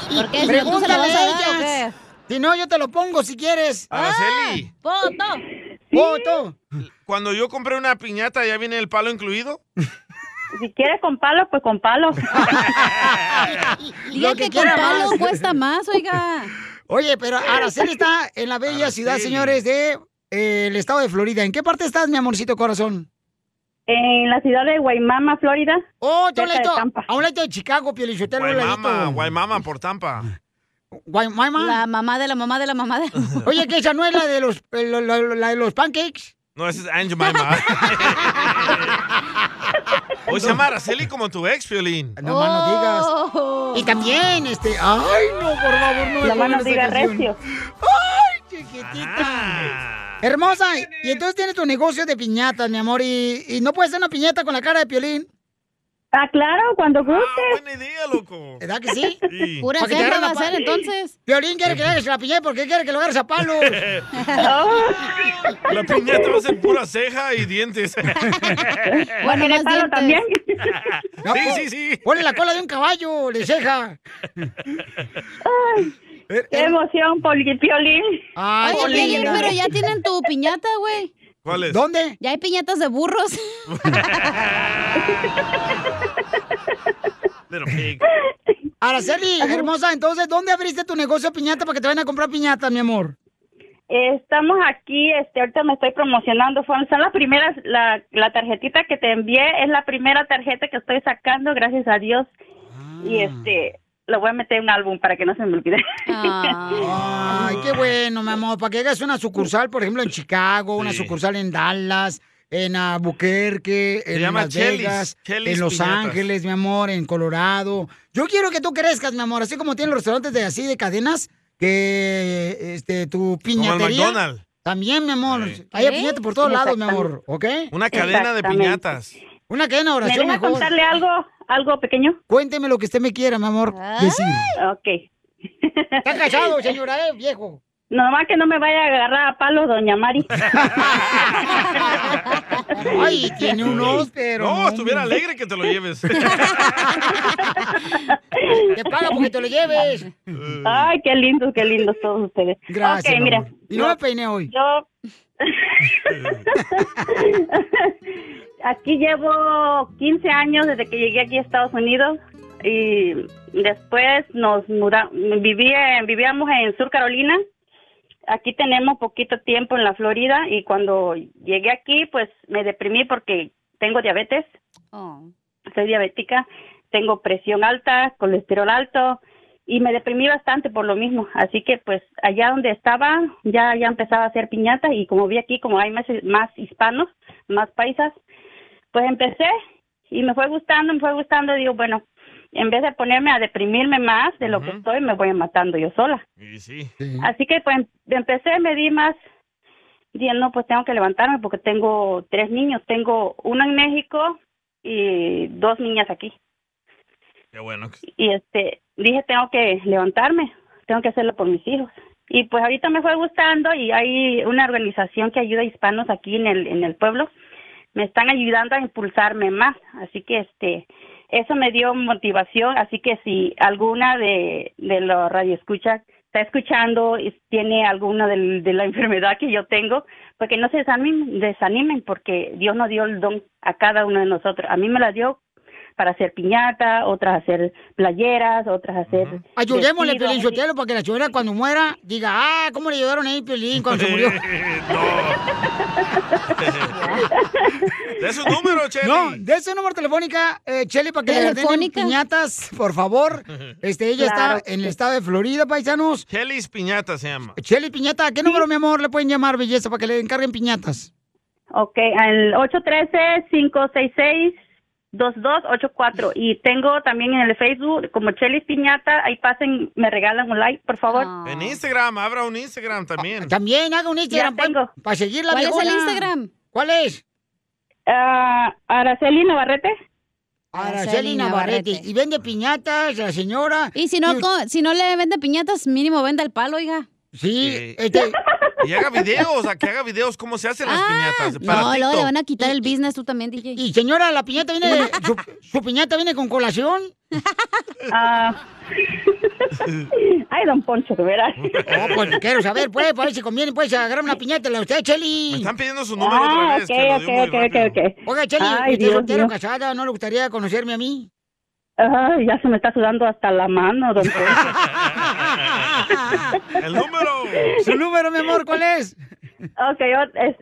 C: Si no, ¿tú se la
A: Pregúntale
C: vas a
A: a
C: dar o
A: ellas. Si no, yo te lo pongo si quieres.
C: Araceli.
A: ¡Voto! ¡Voto!
C: Cuando yo compré una piñata, ¿ya viene el palo incluido?
L: Si quieres con palo, pues con palo.
B: Diga que, con palo cuesta más, oiga.
A: Oye, pero Araceli está en la bella ciudad, señores, de eh, el estado de Florida. ¿En qué parte estás, mi amorcito corazón?
L: En la ciudad de Guaymama, Florida.
A: Oh, yo
L: cerca de
A: leto,
L: Tampa.
A: a un leto de Chicago, Pielichotelo.
C: Guaymama, Guaymama por Tampa.
A: Guaymama.
B: La mamá de la mamá de la mamá de
A: Oye, que esa no es la de los, eh, lo- lo- la de los pancakes.
C: No, esa es Aunt Jemima. Hoy se llama Araceli como tu ex, Piolín.
A: No más no digas. Y también, este. Ay, no, por favor, no me
C: Nomás no
A: pongan esa
C: digas
A: canción.
C: recio.
A: Ay, chiquitita. Hermosa. Y entonces tienes tu negocio de piñatas, mi amor. Y, y no puedes hacer una piñata con la cara de piolín.
L: Ah, claro, cuando gustes.
C: loco.
A: ¿Verdad que sí?
L: Sí. Pura
A: Para que te
L: selva va
A: agarre la
L: a
A: pa-
L: ser, entonces.
A: Piolín quiere que le hagas la piñata porque quiere que lo agarres a palos.
L: Oh.
C: La piñata va a ser pura ceja y dientes.
A: Bueno, más palo también.
C: Sí, sí, sí.
A: pues, Ponle la cola de un caballo, de ceja.
L: Qué emoción, Poli- Piolín.
A: Ay,
B: Oye, Piolín, pero ya tienen tu piñata, güey.
C: ¿Cuál es?
A: ¿Dónde?
B: Ya hay piñatas de burros.
C: Little pig.
A: Araceli, hermosa, entonces, ¿dónde abriste tu negocio de piñata para que te vayan a comprar piñata, mi amor?
L: Estamos aquí, este, ahorita me estoy promocionando. Fueron- Son las primeras, la, la tarjetita que te envié es la primera tarjeta que estoy sacando, gracias a Dios.
A: Ah.
L: Y este, lo voy a meter en un álbum para que no se me olvide.
A: Ah. Ay, qué bueno, mi amor. Para que hagas una sucursal, por ejemplo, en Chicago, una
C: Sí.
A: sucursal en Dallas, en Albuquerque, en
C: llama
A: Las
C: Chelis,
A: Vegas,
C: Chelis
A: en Los
C: Piñatas.
A: Ángeles, mi amor, en Colorado. Yo quiero que tú crezcas, mi amor, así como tienen los restaurantes de así de cadenas, que este tu piñatería.
C: McDonald's.
A: También, mi amor.
C: Sí.
A: Hay
C: ¿Eh?
A: piñata por todos lados, mi amor, ¿ok?
C: Una cadena de piñatas.
A: Una cadena de oración
L: ¿Me deja
A: mejor.
L: contarle algo, algo pequeño?
A: Cuénteme lo que usted me quiera, mi amor, decir.
L: Ok.
A: Está callado, señora, eh, viejo.
L: Nomás que no me vaya a agarrar a palos, doña Mari.
A: Ay, tiene unos, pero...
C: No, estuviera alegre que te lo lleves.
A: Te paga porque te lo lleves.
L: Ay, qué lindos, qué lindos todos ustedes.
A: Gracias,
L: Ok,
A: mi
L: mira.
A: amor. Y no me peiné hoy.
L: Yo. aquí llevo 15 años desde que llegué aquí a Estados Unidos y después nos mudamos, vivíamos en Sur Carolina. Aquí tenemos poquito tiempo en la Florida y cuando llegué aquí pues me deprimí porque tengo diabetes soy diabética, tengo presión alta, colesterol alto y me deprimí bastante por lo mismo. Así que pues allá donde estaba ya ya empezaba a hacer piñata y como vi aquí como hay más, más hispanos, más paisas, pues empecé y me fue gustando, me fue gustando y digo, bueno, en vez de ponerme a deprimirme más de lo que estoy, me voy matando yo sola.
C: Y sí.
L: Así que pues em- empecé, me di más, dije, no, pues tengo que levantarme porque tengo tres niños, tengo uno en México y dos niñas aquí.
C: Qué bueno. que-
L: Y este, dije, tengo que levantarme, tengo que hacerlo por mis hijos. Y pues ahorita me fue gustando y hay una organización que ayuda a hispanos aquí en el, en el pueblo. Me están ayudando a impulsarme más, así que este, eso me dio motivación, así que si alguna de, de los radioescuchas está escuchando y tiene alguna del- de, la enfermedad que yo tengo, porque no se desanimen, desanimen, porque Dios nos dio el don a cada uno de nosotros. A mí me la dio para hacer piñata, otras hacer playeras, otras hacer...
A: Ayudémosle a
L: vestidos.
A: Piolín Sotelo para que la señora cuando muera diga, ah, ¿cómo le ayudaron ahí Piolín cuando se murió?
C: De su número, Cheli.
A: No, de su número telefónica, eh, Cheli, para que le ordenen
C: Telefónica.
A: piñatas, por favor. Este, ella
C: Claro
A: está en
C: que
A: el
C: sí.
A: estado de Florida, paisanos.
C: Chelis Piñata se llama.
A: Cheli Piñata, ¿a ¿qué número, mi amor, le pueden llamar, belleza, para que le encarguen piñatas?
L: Ok, al 813-566-2284. Y tengo también en el Facebook como Chelis Piñata. Ahí pasen, me regalan un like, por favor.
C: En Instagram, abra un Instagram también.
A: Ah. También haga un Instagram para seguirla.
L: ¿Cuál es el
B: Instagram?
A: ¿Cuál es?
L: ah, Araceli Navarrete.
A: Araceli Navarrete. Y vende piñatas, la señora.
B: Y si no,
A: Y-
B: co- si no le vende piñatas, mínimo venda el palo, oiga.
A: Sí, este,
C: Y haga videos, a que haga videos cómo se hacen las
L: Ah,
C: piñatas. Para
B: No, luego le
C: TikTok.
B: van a quitar el business tú también, DJ.
A: Y señora, la piñata viene, su, su piñata viene con colación.
B: Ah.
L: Ay, don Poncho, de veras.
A: Oh, pues quiero saber, pues, para ver si conviene, pues, agarrar una piñata la usted, Cheli. Me están
C: pidiendo su
L: número otra Ah, vez, que ok, lo dio ok, muy ok, rápido. ok.
A: Oiga, Cheli,
L: Ay,
A: ¿usted es
L: Dios
A: soltero,
L: mío.
A: casada? ¿No le gustaría conocerme a mí?
L: Ay, ya se me está sudando hasta la mano, don Poncho.
C: El número.
A: Su número, mi amor, ¿cuál es?
L: Ok, o- es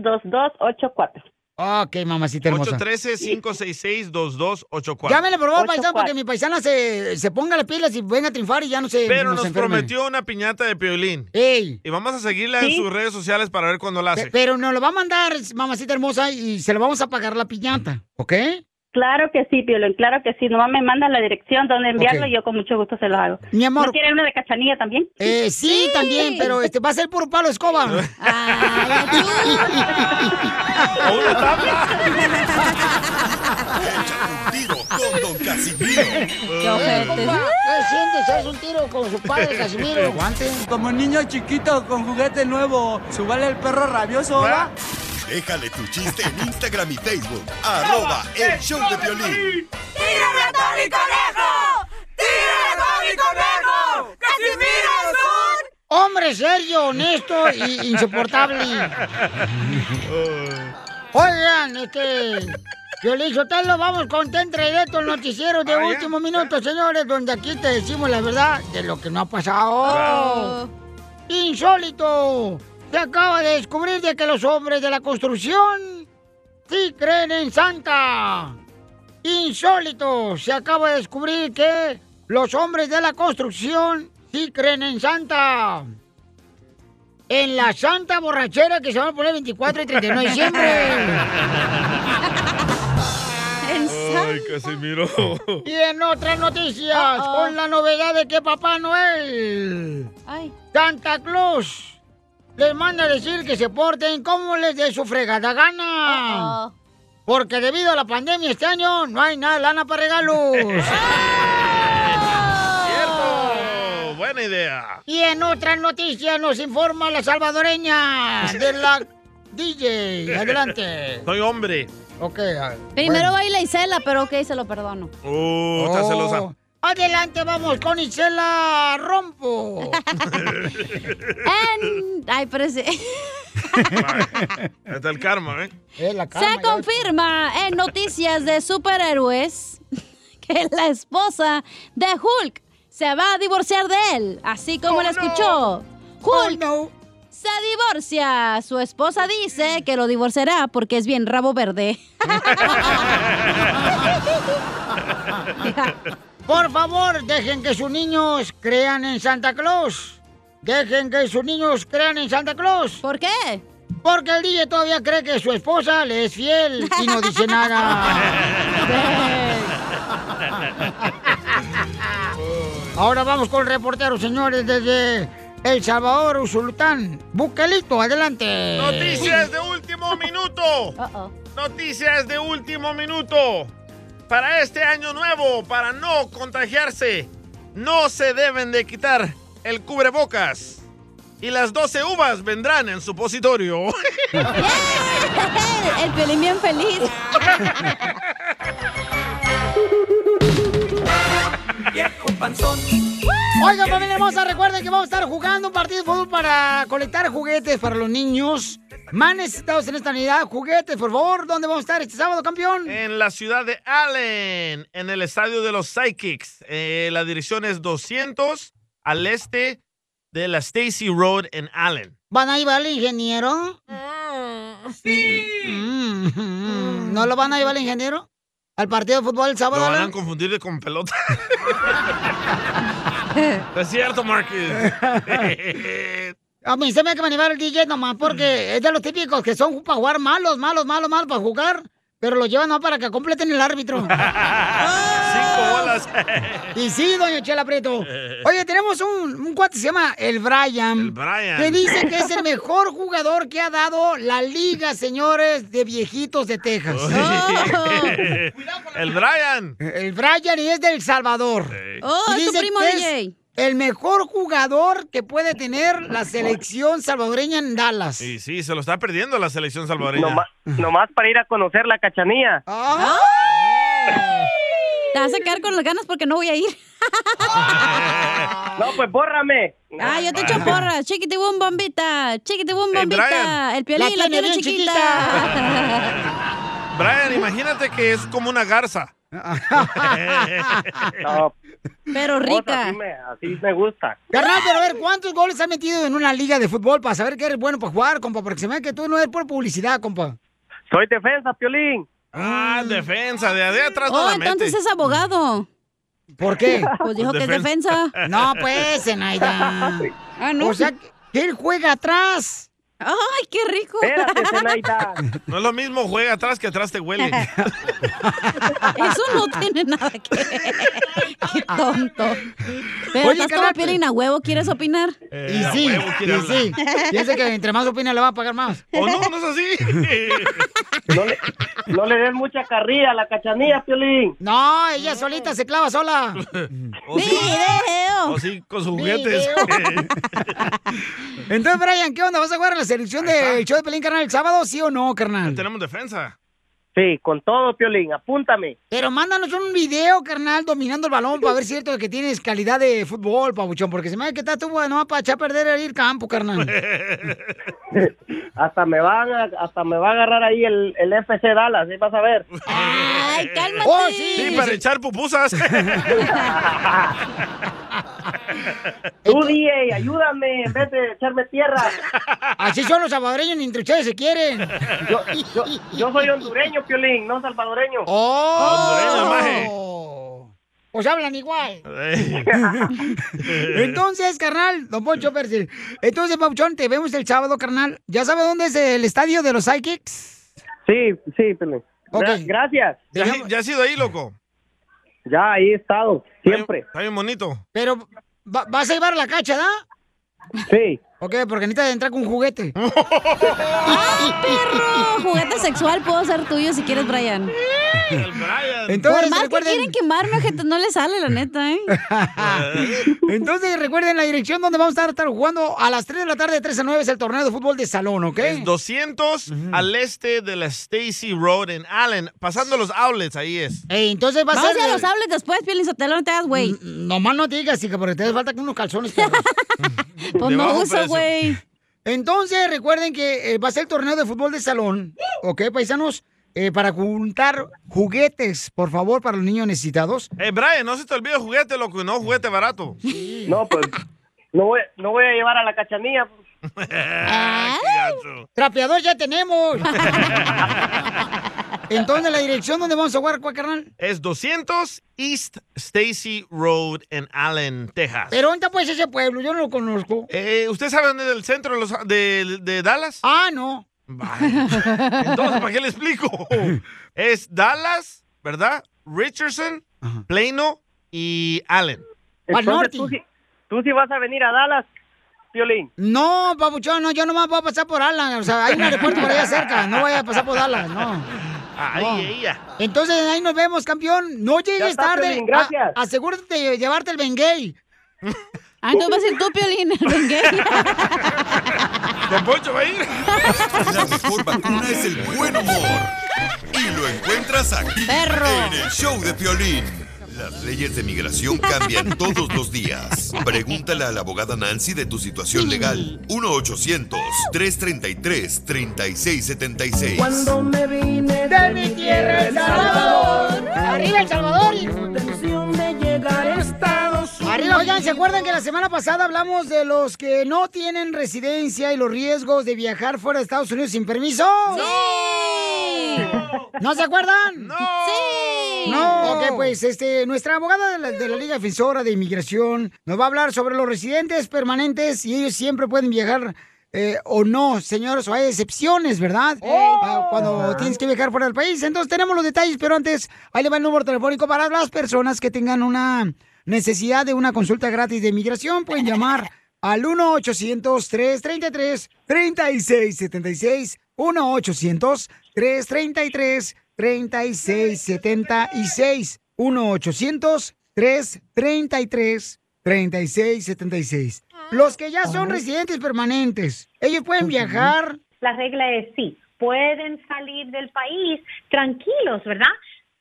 L: 813-566-2284.
A: Ok, mamacita hermosa.
C: 813-566-2284.
A: Llámenle, por favor, paisano, para que mi paisana se, se ponga las pilas y venga a triunfar y ya no se
C: Pero nos
A: enferme.
C: prometió una piñata de piolín.
A: Ey.
C: Y vamos a seguirla en
A: Sí.
C: sus redes sociales para ver cuándo la hace.
A: Pe- Pero nos lo va a mandar, mamacita hermosa, y se lo vamos a pagar la piñata, ¿ok?
L: Claro que sí, Piolín, claro que sí. Nomás me mandan la dirección donde enviarlo
A: Ok.
L: y yo con mucho gusto se lo hago.
A: Mi amor.
L: ¿No quiere una de cachanilla también?
A: Eh, sí, también, pero este va a ser puro palo escoba. Ah,
G: Con Don Casimiro.
A: Eh, compa, ¿Qué sientes? ¿Haz un tiro con su padre, Casimiro?
X: Como niño chiquito con juguete nuevo, subale el perro rabioso, ¿va?
G: Déjale tu chiste en Instagram y Facebook. Arroba el show de violín.
K: ratón y conejo! ¡Tira ratón y conejo! ¡Casimiro son!
A: Hombre serio, honesto e insoportable. Oigan, este... Violín Sotelo, vamos con Ten Directo, el noticiero de último minuto, señores, donde aquí te decimos la verdad de lo que no ha pasado.
K: Bravo.
A: Oh, ¡Insólito! Se acaba de descubrir de que los hombres de la construcción sí creen en Santa. Insólito, se acaba de descubrir que los hombres de la construcción sí creen en Santa. En la Santa borrachera que se va a poner 24 y 31 de diciembre.
C: Ay, Casimiro.
A: Y en otras noticias,
K: Uh-oh.
A: con la novedad de que Papá Noel, Santa Claus, les manda a decir que se porten como les dé su fregada gana. Porque debido a la pandemia este año no hay nada de lana para regalos.
C: Cierto. Buena idea.
A: y en otras noticias nos informa la salvadoreña de la DJ. Adelante.
C: Soy hombre.
A: Ok.
B: Primero baila Isela, pero ok, se lo perdono.
C: Uh, está
A: Oh.
C: celosa.
A: Adelante, vamos con Isela Rompo.
B: En- Ay, pero sí.
C: Hasta el karma, ¿eh?
B: Se confirma en noticias de superhéroes que la esposa de Hulk se va a divorciar de él, así como la escuchó. Hulk se divorcia. Su esposa dice que lo divorciará porque es bien rabo verde.
A: Por favor, dejen que sus niños crean en Santa Claus. Dejen que sus niños crean en Santa Claus.
B: ¿Por qué?
A: Porque el DJ todavía cree que su esposa le es fiel y no dice nada. Ahora vamos con el reportero, señores, desde El Salvador, Usulután. Buquelito, adelante.
C: Noticias de último minuto. Noticias de último minuto. Para este año nuevo, para no contagiarse, no se deben de quitar el cubrebocas. Y las 12 uvas vendrán en supositorio.
B: El pelín bien feliz.
A: Oiga, familia hermosa, recuerden que vamos a estar jugando un partido de fútbol para colectar juguetes para los niños más necesitados en esta unidad. Juguetes, por favor, ¿dónde vamos a estar este sábado, campeón?
C: En la ciudad de Allen, en el estadio de los Psychics. Eh, la dirección es 200 al este de la Stacy Road en Allen.
A: ¿Van a llevar al ingeniero? Sí. Mm. ¿No lo van a llevar al ingeniero? ¿Al partido de fútbol el
C: Lo
A: sábado?
C: van
A: Alan?
C: a confundir con pelota. es cierto, Marquis.
A: A mí se me que me animar el DJ nomás
C: Mm.
A: porque es de los típicos que son para jugar malos, malos, malos, malos para jugar, pero lo llevan no para que completen el árbitro.
C: Cinco bolas.
A: Y sí, doña Chela Prieto. Oye, tenemos un, un cuate que se llama el Brian. El
C: Brian.
A: Que dice que es el mejor jugador que ha dado la liga, señores, de viejitos de Texas.
C: el Brian.
A: El Brian y es del Salvador.
B: Oh,
A: Y
B: es tu
A: dice
B: primo,
A: que
B: DJ.
A: es El mejor jugador que puede tener la selección salvadoreña en Dallas.
C: Y sí, se lo está perdiendo la selección salvadoreña.
M: Nomás, nomás para ir a conocer la cachanilla.
B: Te vas a quedar con las ganas porque no voy a ir.
M: No, pues bórrame.
B: Ah, yo te echo porras. Chiquitibum bombita. Chiquitibum
M: Hey,
B: bombita.
M: Brian.
B: El piolín la, tiene chiquita.
C: Brian, imagínate que es como una garza.
M: No,
B: Pero rica.
M: así me, así me gusta.
A: Carnal, pero a ver, ¿cuántos goles has metido en una liga de fútbol para saber que eres bueno para jugar, compa? Porque se me ve que tú no eres por publicidad, compa.
M: Soy defensa, Piolín.
C: Ah, defensa, de, de atrás no
B: Oh,
C: la mete.
B: entonces es abogado.
A: ¿Por qué?
B: Pues dijo que es defensa.
A: No, pues, Zenaida.
B: Ah, no.
A: O sea, que él juega atrás.
B: Ay, qué rico.
C: No es lo mismo juega atrás que atrás te huele.
B: Eso no tiene nada que ver. Qué tonto. Pero
A: Oye,
B: estás como
A: carnal,
B: Piolín a huevo, ¿quieres opinar?
A: Y
C: Eh, a
A: sí,
C: huevo quiere
A: y
C: hablar.
A: sí. Piensa que entre más opina le va a pagar más.
C: ¿O no? ¿No es así?
M: No le, no le des mucha carrilla a la cachanilla, Piolín.
A: No, ella solita se clava sola.
C: O sí,
B: ¡Video!
C: o sí, con sus juguetes.
A: Entonces, Brian, ¿qué onda? ¿Vas a jugar a la selección del show de Pelín, carnal, el sábado, sí o no, carnal?
C: Tenemos defensa.
M: Sí, con todo, Piolín. Apúntame.
A: Pero mándanos un video, carnal, dominando el balón para ver si es cierto que tienes calidad de fútbol, pabuchón, porque se me ve que estás tú, bueno, para echar a perder el ir campo, carnal.
M: Hasta me, van a, hasta me va a agarrar ahí el, el FC Dallas, ¿sí? vas a ver.
C: Ah,
B: Ay, cálmate.
A: Oh, sí,
C: Sí, para echar pupusas.
M: Tú, DJ, ayúdame en vez de echarme tierra.
A: Así son los salvadoreños, ni entre ustedes se quieren.
M: Yo, yo, yo soy hondureño, Piolín, no salvadoreño.
A: ¡Oh! Pues hablan igual. Entonces, carnal, don Poncho Persil. Entonces, Pabuchón, te vemos el sábado, carnal. ¿Ya sabes dónde es el estadio de los Psychics?
M: Sí, sí, Piolín.
A: Ok.
M: Gra- Gracias.
C: ¿Ya, ya has ido ahí, loco?
M: Ya, ahí he estado, siempre.
C: Está bien bonito.
A: Pero, ¿va- ¿vas a llevar la cacha, da?
M: Sí.
A: Ok, porque necesitas entrar con un juguete.
B: ¡Perro! Juguete sexual puedo ser tuyo si quieres, Brian.
A: Entonces,
B: Por más
A: recuerden-
B: que quieren quemarme, gente, no le sale, la neta, ¿eh?
A: Entonces, recuerden la dirección donde vamos a estar, estar jugando a las 3 de la tarde, de 3 a 9, es el torneo de fútbol de salón, ¿ok?
C: Es 200 al este de la Stacy Road en Allen, pasando los outlets, ahí es.
A: Ey, entonces va a
B: Vamos
A: ser...
B: a los hables después, Piolín Sotelo, no te hagas, güey.
A: Nomás no te digas, chica, porque te hace falta que unos calzones. perros.
B: Pues no uso, güey.
A: Entonces, recuerden que eh, va a ser el torneo de fútbol de salón, ¿ok, paisanos? Eh, para juntar juguetes, por favor, para los niños necesitados.
C: Eh, Brian, no se te olvide juguete, loco, y no juguete barato.
M: No, pues no voy, no voy a llevar a la cachanilla.
C: Ah, qué gacho.
A: ¡Trapeador ya tenemos! Entonces, la dirección donde vamos a jugar, ¿cuál, carnal?
C: es 200 East Stacy Road en Allen, Texas.
A: Pero ¿dónde pues ese pueblo? Yo no lo conozco.
C: Eh, ¿Usted sabe dónde es el centro de, los- de- de Dallas?
A: Ah, no.
C: Entonces, ¿para qué le explico? Es Dallas, ¿verdad? Richardson, Plano y Allen.
A: Pa'l norte.
M: tú, sí- tú sí vas a venir a Dallas, Piolín.
A: No, papuchón, no, yo nomás voy a pasar por Dallas. O sea, hay un aeropuerto por allá cerca. No voy a pasar por Dallas, no.
C: Ahí,
A: No.
C: ella.
A: Entonces ahí nos vemos, campeón. No llegues
C: está,
A: tarde.
C: Piolín, gracias.
A: A- asegúrate de llevarte el Bengay.
B: Ah, entonces vas a ir tú, Piolín, el Bengay.
G: ¿Don Poncho va a ir? La mejor vacuna es el buen humor. Y lo encuentras aquí, en el show de Piolín. Las leyes de migración cambian todos los días. Pregúntale a la abogada Nancy de tu situación legal. 1-800-333-3676.
K: me vine
A: de mi tierra, El Salvador. Arriba El Salvador. Arriba, oigan, ¿se acuerdan que la semana pasada hablamos de los que no tienen residencia y los riesgos de viajar fuera de Estados Unidos sin permiso? ¡Sí! ¿No se acuerdan? ¡No! ¡Sí! No, ok, pues este, nuestra abogada de la, de la Liga Defensora de Inmigración nos va a hablar sobre los residentes permanentes y ellos siempre pueden viajar. eh, o no, señores, o hay excepciones, ¿verdad? Ah, Cuando tienes que viajar fuera del país. Entonces tenemos los detalles, pero antes, ahí le va el número telefónico para las personas que tengan una necesidad de una consulta gratis de migración, pueden llamar al 1-800-333-3676. 1-800-333-3676. 1-800-333-3676. Los que ya son residentes permanentes, ellos pueden viajar.
N: La regla es sí, pueden salir del país tranquilos, ¿verdad?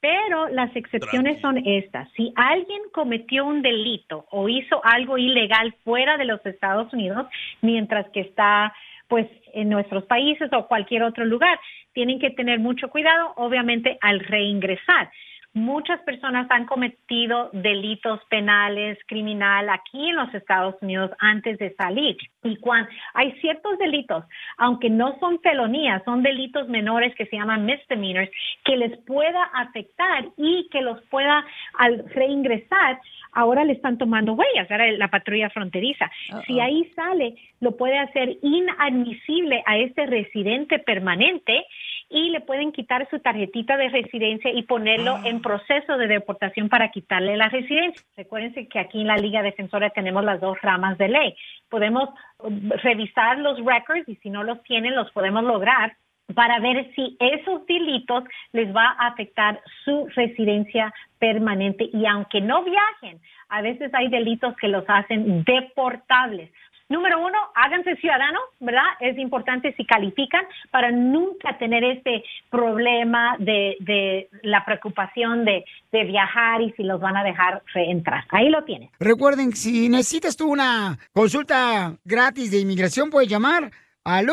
N: Pero las excepciones son estas. Si alguien cometió un delito o hizo algo ilegal fuera de los Estados Unidos, mientras que está pues en nuestros países o cualquier otro lugar, tienen que tener mucho cuidado, obviamente, al reingresar. Muchas personas han cometido delitos penales, criminal aquí en los Estados Unidos antes de salir. Y cuando hay ciertos delitos, aunque no son felonías, son delitos menores que se llaman misdemeanors, que les pueda afectar y que los pueda al reingresar, ahora le están tomando huellas, ahora la patrulla fronteriza. Si ahí sale, lo puede hacer inadmisible a este residente permanente y le pueden quitar su tarjetita de residencia y ponerlo en proceso de deportación para quitarle la residencia. Recuérdense que aquí en la Liga Defensora tenemos las dos ramas de ley. Podemos um, revisar los records y si no los tienen, los podemos lograr para ver si esos delitos les va a afectar su residencia permanente y aunque no viajen, a veces hay delitos que los hacen deportables. Número uno, háganse ciudadanos, ¿verdad? Es importante si califican para nunca tener este problema de, de la preocupación de, de viajar y si los van a dejar reentrar. Ahí lo tienen.
A: Recuerden, si necesitas tú una consulta gratis de inmigración, puedes llamar al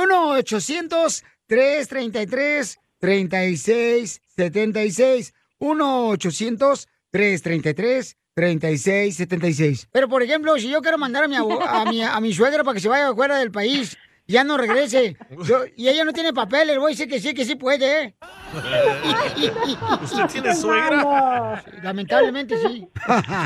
A: 1-800-333-3676. 1-800-333-3676. Pero, por ejemplo, si yo quiero mandar a mi, abo- a mi, a mi suegra para que se vaya fuera del país, ya no regrese, yo- y ella no tiene papeles, voy a decir que sí, que sí puede, ¿eh?
K: ¿Usted tiene suegra?
A: Lamentablemente sí.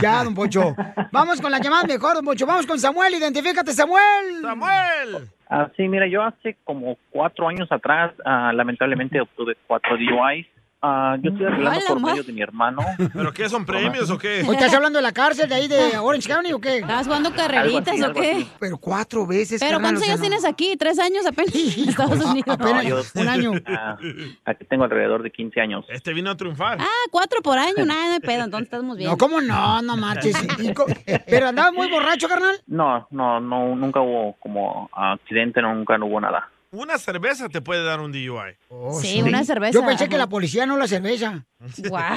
A: Ya, don Pocho. Vamos con la llamada mejor, don Pocho. Vamos con Samuel. Identifícate, Samuel.
C: Samuel.
O: Así, Ah, mira, yo hace como cuatro años atrás, ah, lamentablemente obtuve cuatro DUIs. Ah, yo estoy arreglando
A: Hola,
O: por
A: ma.
O: medio de mi hermano.
C: ¿Pero qué son premios o qué?
A: ¿O estás hablando de la cárcel de ahí de Orange County o qué?
B: ¿Estás jugando carreritas Algo así, o algo qué? así.
A: Pero cuatro veces.
B: Pero ¿cuántos años tienes aquí? ¿Tres años apenas en Estados Unidos?
O: No, yo- Ah, aquí tengo alrededor de 15 años.
C: Este vino a triunfar.
B: Ah, cuatro por año, nada de pedo, entonces estamos bien.
O: No, ¿cómo no?
A: No marches. Y co- Pero andaba muy borracho, carnal.
O: No, no, no, nunca hubo como accidente, nunca no hubo nada.
C: Una cerveza te puede dar un DUI.
A: Oh, Sí, una cerveza. Yo pensé que la policía no la cerveza.
B: Guau.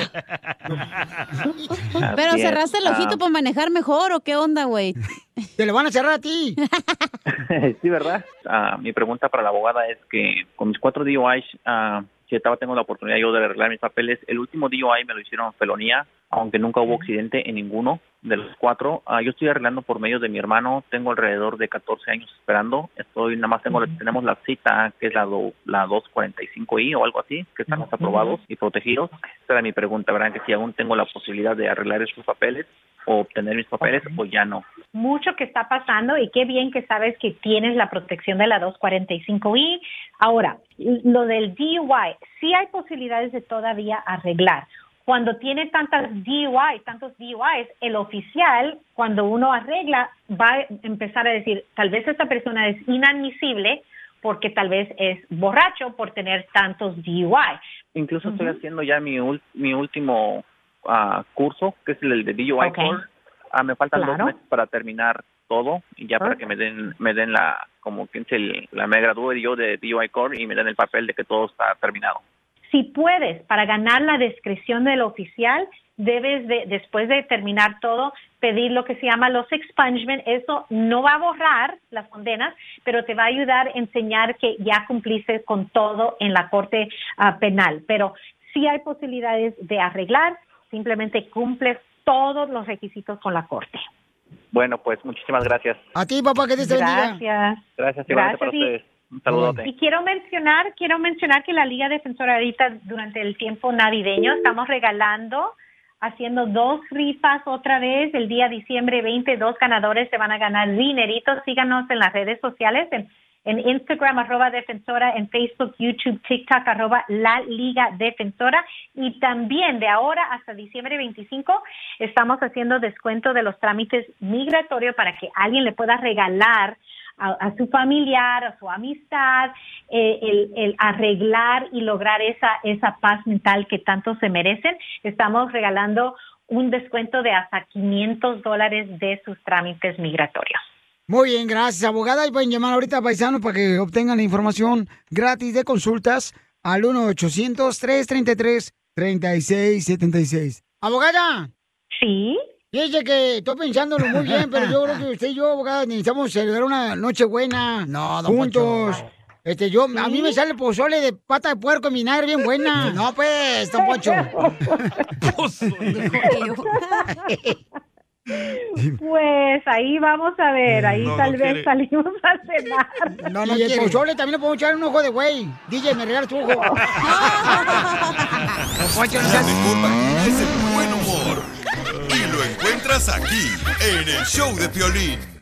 O: Así
B: Pero
O: es.
B: cerraste el ojito
O: Ah,
B: para manejar mejor o qué onda, güey.
A: Te lo van a cerrar a ti.
O: sí, ¿verdad? Ah, mi pregunta para la abogada es que con mis cuatro DUIs, ah, si estaba tengo la oportunidad yo de arreglar mis papeles, el último DUI me lo hicieron felonía, aunque nunca hubo accidente en ninguno de los cuatro. Ah, yo estoy arreglando por medio de mi hermano, tengo alrededor de 14 años esperando, estoy nada más tengo la- tenemos la cita que es la do- la 245i o algo así, que están los aprobados y protegidos. Esa era mi pregunta, ¿verdad? Que si aún tengo la posibilidad de arreglar esos papeles o obtener mis papeles o ya no.
N: mucho que está pasando y qué bien que sabes que tienes la protección de la 245i. Ahora, lo del DUI, sí hay posibilidades de todavía arreglar. Cuando tiene tantas DUIs, tantos DUIs, el oficial, cuando uno arregla, va a empezar a decir, tal vez esta persona es inadmisible porque tal vez es borracho por tener tantos DUI.
O: Incluso estoy
N: Ujú.
O: haciendo ya mi, ul- mi último ah, curso, que es el de DUI
N: Ok.
O: Core. Ah, me faltan
N: Claro. Ah.
O: dos meses para terminar todo y ya para que me den me den la como que es el- la me gradúe yo de DUI Core y me den el papel de que todo está terminado.
N: Si puedes, para ganar la descripción del oficial, debes de, después de terminar todo, pedir lo que se llama los expungement. Eso no va a borrar las condenas, pero te va a ayudar a enseñar que ya cumpliste con todo en la corte ah, penal. Pero sí hay posibilidades de arreglar, simplemente cumples todos los requisitos con la corte.
O: Bueno, pues muchísimas gracias.
N: Ah.
A: A ti, papá, que Dios te bendiga.
N: Gracias.
O: Gracias, igualmente para
N: Gracias y-
O: ustedes. Un saludote.
N: Y quiero mencionar, quiero mencionar que la Liga Defensora ahorita durante el tiempo navideño estamos regalando, haciendo dos rifas otra vez el día diciembre 20, dos ganadores se van a ganar dineritos. Síganos en las redes sociales, en, en Instagram arroba defensora, en Facebook, YouTube, TikTok arroba la Liga Defensora y también de ahora hasta diciembre 25 estamos haciendo descuento de los trámites migratorios para que alguien le pueda regalar a, a su familiar, a su amistad, eh, el, el arreglar y lograr esa, esa paz mental que tanto se merecen. Estamos regalando un descuento de hasta 500 dólares de sus trámites migratorios.
A: Muy bien, gracias, abogada. Y pueden llamar ahorita a Paisano para que obtengan la información gratis de consultas al 1-800-333-3676. Abogada.
N: Sí.
A: Fíjese que estoy pensándolo muy bien, pero yo creo que usted y yo, abogada, necesitamos celebrar una noche buena. No,
K: don
A: Juntos.
K: Poncho.
A: Este, yo, a mí me sale pozole de pata de puerco en vinagre bien buena. No, pues, don Poncho.
N: Pues ahí vamos a ver, ahí
A: No,
N: tal
A: no
N: vez
A: quiere.
N: salimos a cenar.
A: No, no, y el pozole también le podemos echar un ojo de güey. DJ, me regalas tu ojo.
G: La mejor vacuna es el buen humor. Y lo encuentras aquí, en el show de Piolín.